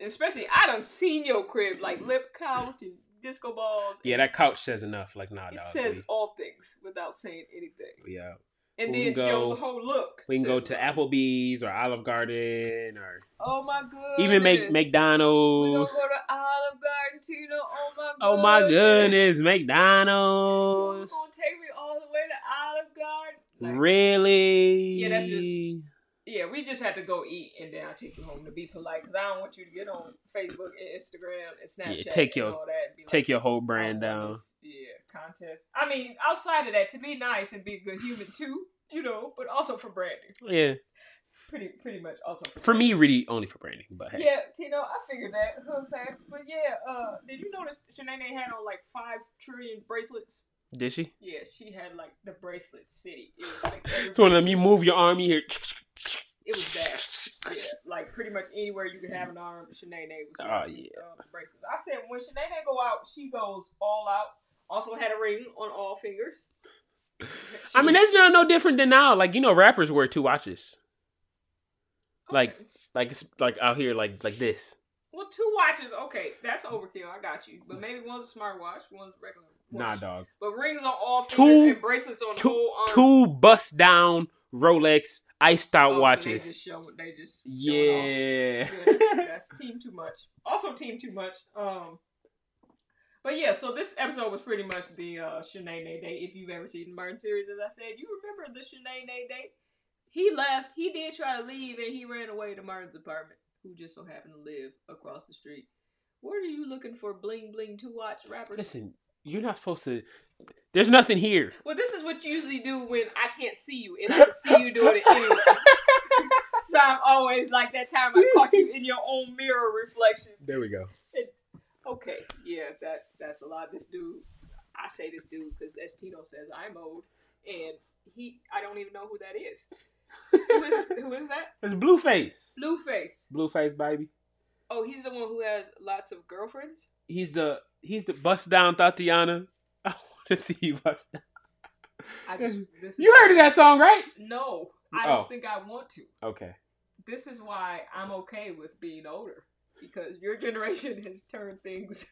Especially, I done seen your crib, like lip couch and disco balls.
Yeah, that couch says enough. Like nah,
It
dog.
says
we-
all things without saying anything.
we, out.
And
We
then
can go-
your whole look.
we can go to
says,
Applebee's or Olive Garden or
Oh my goodness.
even make
We gonna go
McDonald's.
to Olive Garden, Tino. Oh my. Goodness.
Oh my goodness,
You
McDonald's.
gonna take me all the way to Olive Garden? Like,
Really?
Yeah, that's just- yeah, we just had to go eat, and then I will take you home to be polite because I don't want you to get on Facebook and Instagram and Snapchat.
Yeah, take
and
your-
all that and be like,
Take your whole
"I
brand
don't want
down.
this, Yeah, contest. I mean, outside of that, to be nice and be a good human too, you know, but also for branding.
Yeah.
Pretty, pretty much also
For me, really only for branding, but hey.
Yeah, Tino, I figured that. Hood facts. But yeah, uh, did you notice Shanae had on like five trillion bracelets?
Did she?
Yeah, she had like the bracelet city. It was like every-
It's one of them you move your arm, you hear
It was that. Yeah, like pretty much anywhere you could have an arm, Shanae was
Oh,
wearing, um, bracelets. I said when Shanae go out, she goes all out. Also had a ring on all fingers.
I mean,
She-
that's not no different than now. Like you know, rappers wear two watches, like-
Okay.
like it's like out here, like like this.
Well, two watches, okay, that's overkill. I got you, but maybe one's a smartwatch, one's a regular.
Nah,
watch.
dog.
But rings on all
Two-
fingers and bracelets on
two-
the whole um, arm.
Two bust down Rolex iced out
Oh, so
watches.
they just showing. They just showing off.
yeah.
Yeah, that's, that's team too much. Also, team too much. Um, but yeah, so this episode was pretty much the uh, Shanae Day. If you've ever seen the Martin series, as I said, you remember the Shanae Day. He left. He did try to leave, and he ran away to Martin's apartment, who just so happened to live across the street. What are you looking for, bling bling to watch rappers?
Listen, you're not supposed to. There's nothing here.
Well, this is what you usually do when I can't see you, and I can see you doing it anyway. so I'm always like that time I caught you in your own mirror reflection.
There we go.
Okay, yeah, that's that's a lot. This dude, I say this dude because as Tito says, I'm old, and he, I don't even know who that is. who is who is that?
It's Blueface.
Blueface.
Blueface, baby.
Oh, he's the one who has lots of girlfriends.
He's the he's the bust down Tatiana. I want to see you bust down.
I just this is,
You heard of that song, right?
No, I don't
Oh.
think I want to.
Okay.
This is why I'm okay with being older because your generation has turned things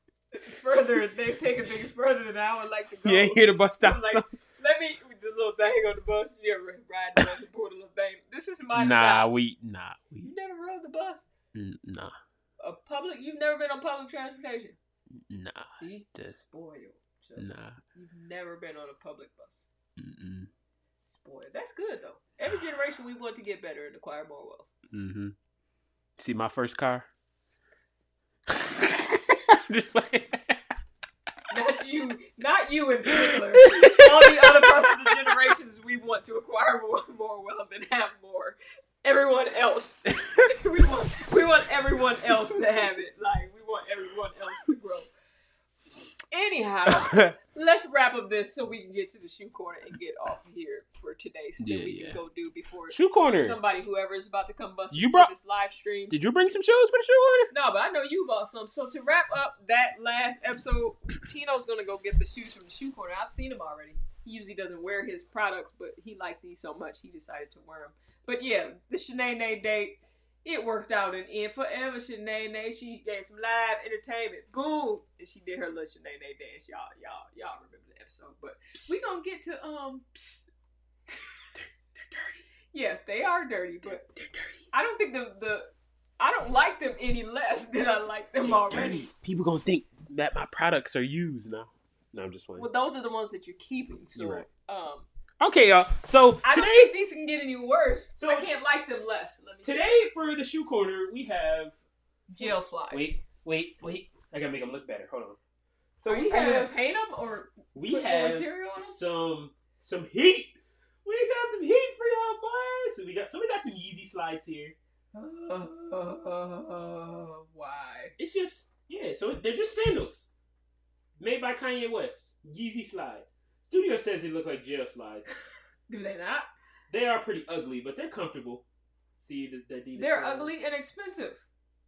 further. They've taken things further than I would like to go.
You ain't hear the bust down
I'm like,
song?
let me the little thing on the bus. You ever ride the bus and pull the little thing? This is my
Nah,
style.
we nah we
You never rode the bus.
n- nah
A public. You've never been on public transportation.
nah
See,
Just-
spoiled. Just,
nah.
You've never been on a public bus.
Mm-mm.
Spoiled. That's good though. Every generation we want to get better and acquire more wealth.
Mm-hmm. See my first car. Just like-
Not you. Not you in particular. All the other persons and generations we want to acquire more, more wealth and have more. Everyone else. we want we want everyone else to have it. Like we want everyone else to grow. Anyhow, let's wrap up this so we can get to the shoe corner and get off of here for today so
Yeah,
that we
yeah.
can go do before
shoe corner.
somebody whoever is about to come bust
You
into
brought-
this live stream.
Did you bring some shoes for the shoe
No, but I know you bought some. So to wrap up that last episode, Tino's gonna go get the shoes from the shoe corner. I've seen them already. He usually doesn't wear his products, but he liked these so much he decided to wear them. But yeah, the Shanae date, it worked out and in forever. Shanae, she gave some live entertainment. Boom, and she did her little Shanae dance. Y'all, y'all, y'all remember the episode? But we gonna get to um. Yeah, they are dirty, but
ornament? They're dirty.
I don't think the the I don't like them any less than I like them already.
dirty. People gonna think that my products are used now. No, I'm just playing.
Well, those are the ones that you're keeping. So,
You're right.
um,
Okay, y'all. So
I don't
today,
think these can get any worse.
So-
I can't like them less. Let me say.
today for the shoe corner, we have.
jail slides.
Wait, wait, wait. I gotta make them look better. Hold on. So
are
we
you, are you gonna
have
paint them or
we
put more
have
material on 'em?
some some heat. We got some heat for y'all, boys. So we got so we got some Yeezy slides here.
Uh, why?
It's just yeah. So they're just sandals made by Kanye West. Yeezy slide. Studio says they look like jail slides.
Do they not?
They are pretty ugly, but they're comfortable. See the, the Adidas
They're
sandals.
ugly and expensive.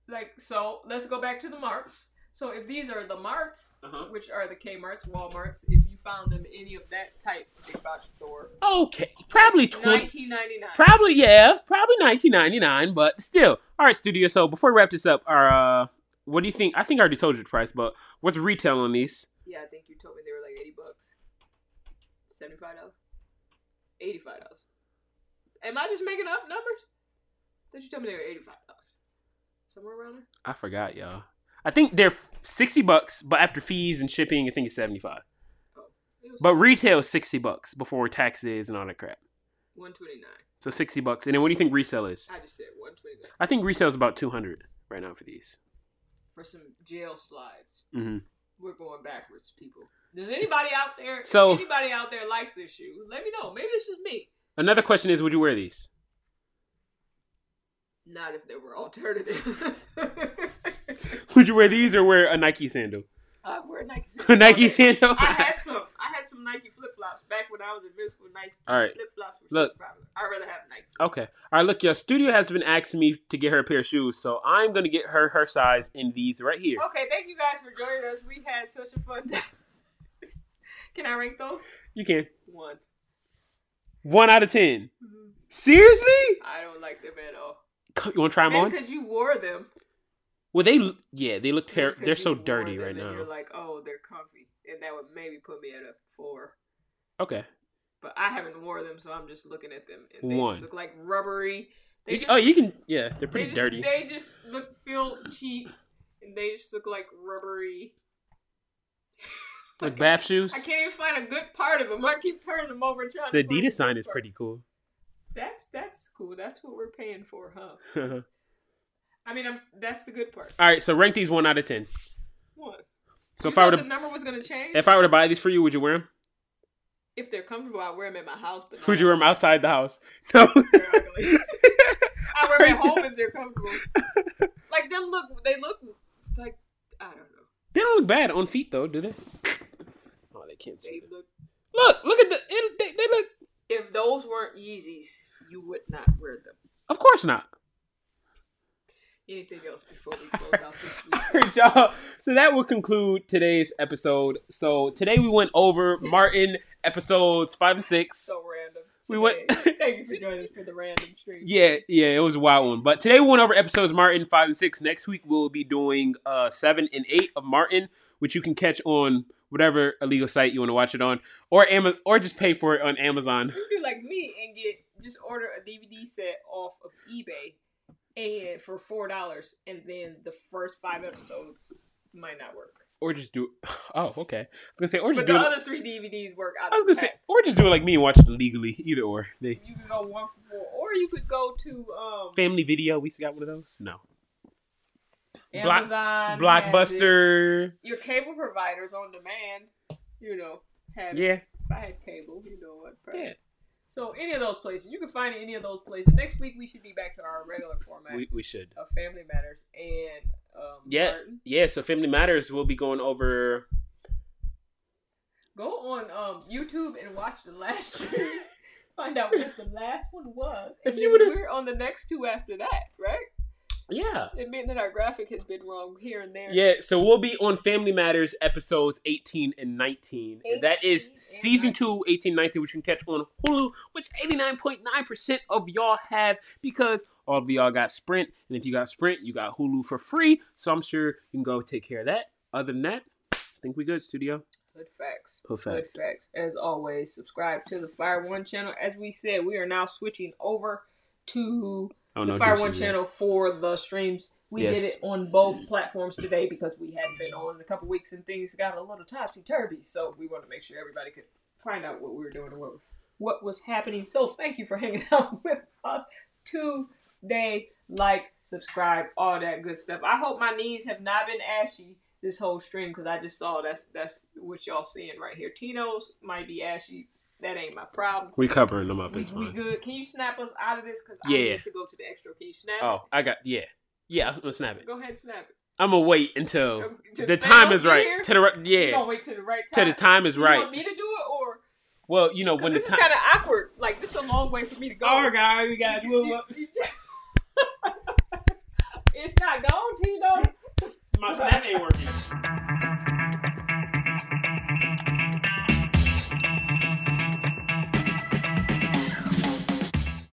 Like so, let's go back to the marks. So if these are the marks,
Uh-huh.
which are the Kmart's, Walmart's, if you found them in any of that type big box store,
Okay, probably twenty.
nineteen ninety nine.
Probably yeah, probably nineteen ninety nine, but still. All right, studio. So before we wrap this up, our uh, what do you think? I think I already told you the price, but what's retail on these?
Yeah, I think you told me they were like eighty bucks. Seventy five dollars? Eighty five dollars. Am I just making up numbers? Did you tell me they were eighty five dollars? Somewhere around there?
I forgot, y'all. I think they're sixty bucks, but after fees and shipping, I think it's seventy five.
Oh, It was
But retail is sixty bucks before taxes and all that crap.
one twenty nine.
So sixty bucks. And then what do you think resale is?
I just said one twenty nine.
I think resale is about two hundred right now for these.
For some jail slides.
hmm
We're going backwards, people. Does anybody out there
So-
if anybody out there likes this shoe, let me know. Maybe it's just me.
Another question is, would you wear these?
Not if there were alternatives.
Would you wear these or wear a Nike sandal?
I wear Nike
A
sandals.
Nike sandal.
I had some. I had some Nike flip flops back when I was in middle school. Nike
All right.
flip flops were
Look.
super popular. I'd rather have Nike.
Okay. All right. Look, your studio has been asking me to get her a pair of shoes, so I'm gonna get her her size in these right here.
Okay, thank you guys for joining us. We had such a fun time. Can I rank those?
You can.
One.
One out of ten.
Mm-hmm.
Seriously?
I don't like them at all.
You want to try them
Maybe
on?
because you wore them.
Well, they yeah, they look
You
terrible.
could
They're
be
so
worn
dirty
them
right
and You're
now.
like, oh, they're comfy, and that would maybe put me at a four.
Okay.
But I haven't wore them, so I'm just looking at them, and they
One.
just look like rubbery. They
You-
just,
oh, you can. Yeah, they're
they
pretty
just,
dirty.
They just look feel cheap, and they just look like rubbery.
like bath shoes.
I can't even find a good part of them. I keep turning them over and trying.
The
to find a
Adidas sign
good
is
part.
pretty cool.
That's that's cool. That's what we're paying for,
Uh-huh.
huh? I mean, I'm, that's the good part.
All right, so rank these one out of ten.
One.
So
You
if I
thought
were
the
to
number was gonna change,
if I were to buy these for you, would you wear them?
if they're comfortable, I wear them at my house. But not
Would you wear them
outside.
outside the house? No.
They're ugly. I wear them at home if they're comfortable. Like them look, they look like I don't know.
they don't look bad on feet though, do they? Oh, they can't
They
see.
look.
Look, look at the. It, they, they look.
If those weren't Yeezys, you would not wear them.
Of course not.
Anything else before we close out this week?
All right, y'all. So that will conclude today's episode. So today we went over Martin episodes five and six.
So random.
We went-
today. Thank you for joining us for the random stream.
Yeah, yeah, it was a wild one. But today we went over episodes Martin five and six. Next week we'll be doing uh seven and eight of Martin, which you can catch on whatever illegal site you want to watch it on, or Amazon, or just pay for it on Amazon.
You do like me and get just order a DVD set off of eBay, and for four dollars, and then the first five episodes might not work.
Or just do. Oh, okay. I was gonna say, or just
But
do.
the
It,
other three DVDs work out.
I was
the
gonna say,
pack.
or just do it like me and watch it illegally. Either or, the
you could go one for four, or you could go to um,
family video. We got one of those. No, Block-
Amazon, has it.
Blockbuster.
Your cable providers on demand, you know, have it.
Yeah,
if I had cable, you know what?
yeah.
So any of those places, you can find it any of those places. Next week we should be back to our regular format
We we should.
of Family Matters and um,
Yeah.
Martin.
Yeah. So Family Matters. We'll be going over.
Go on um, YouTube and watch the last stream. Find out what the last one was.
If
And
you
then
would've-
we're on the next two after that, right?
Yeah.
It meant that our graphic has been wrong here and there.
Yeah, so we'll be on Family Matters episodes 18 and 19. And that is
18 and
season 2, 18 19, which you can catch on Hulu, which 89.9% of y'all have because all of y'all got Sprint. And if you got Sprint, you got Hulu for free. So I'm sure you can go take care of that. Other than that, I think we good, studio.
Good facts.
Perfect.
Good facts. As always, subscribe to the Fire One channel. As we said, we are now switching over to
Oh,
the
no,
Fire
Deuce
One
is
channel for the streams. We
Yes.
did it on both platforms today because we hadn't been on in a couple weeks and things got a little topsy turvy. So we wanted to make sure everybody could find out what we were doing and what, what was happening. So thank you for hanging out with us today. Like, subscribe, all that good stuff. I hope my knees have not been ashy this whole stream because I just saw that's that's what y'all seeing right here. Tino's might be ashy. That ain't my problem.
We covering them up.
We,
It's
we
fine.
good. Can you snap us out of this? Because I
Yeah.
need to go to the extra. Can you snap? it?
Oh, I got, yeah. Yeah, I'm gonna snap it.
Go ahead, and snap it.
I'm gonna wait until
Um, to
the time
Thanos
is right.
here?
To the right,
You gonna
yeah.
wait till the right
To
time.
the time is
you
right.
Want me to do it or?
Well, you know
'cause
when the
this
time.
is kind of awkward. Like this is a long way for me to go.
guys, we got
it's not gone, Tino.
My snap ain't working.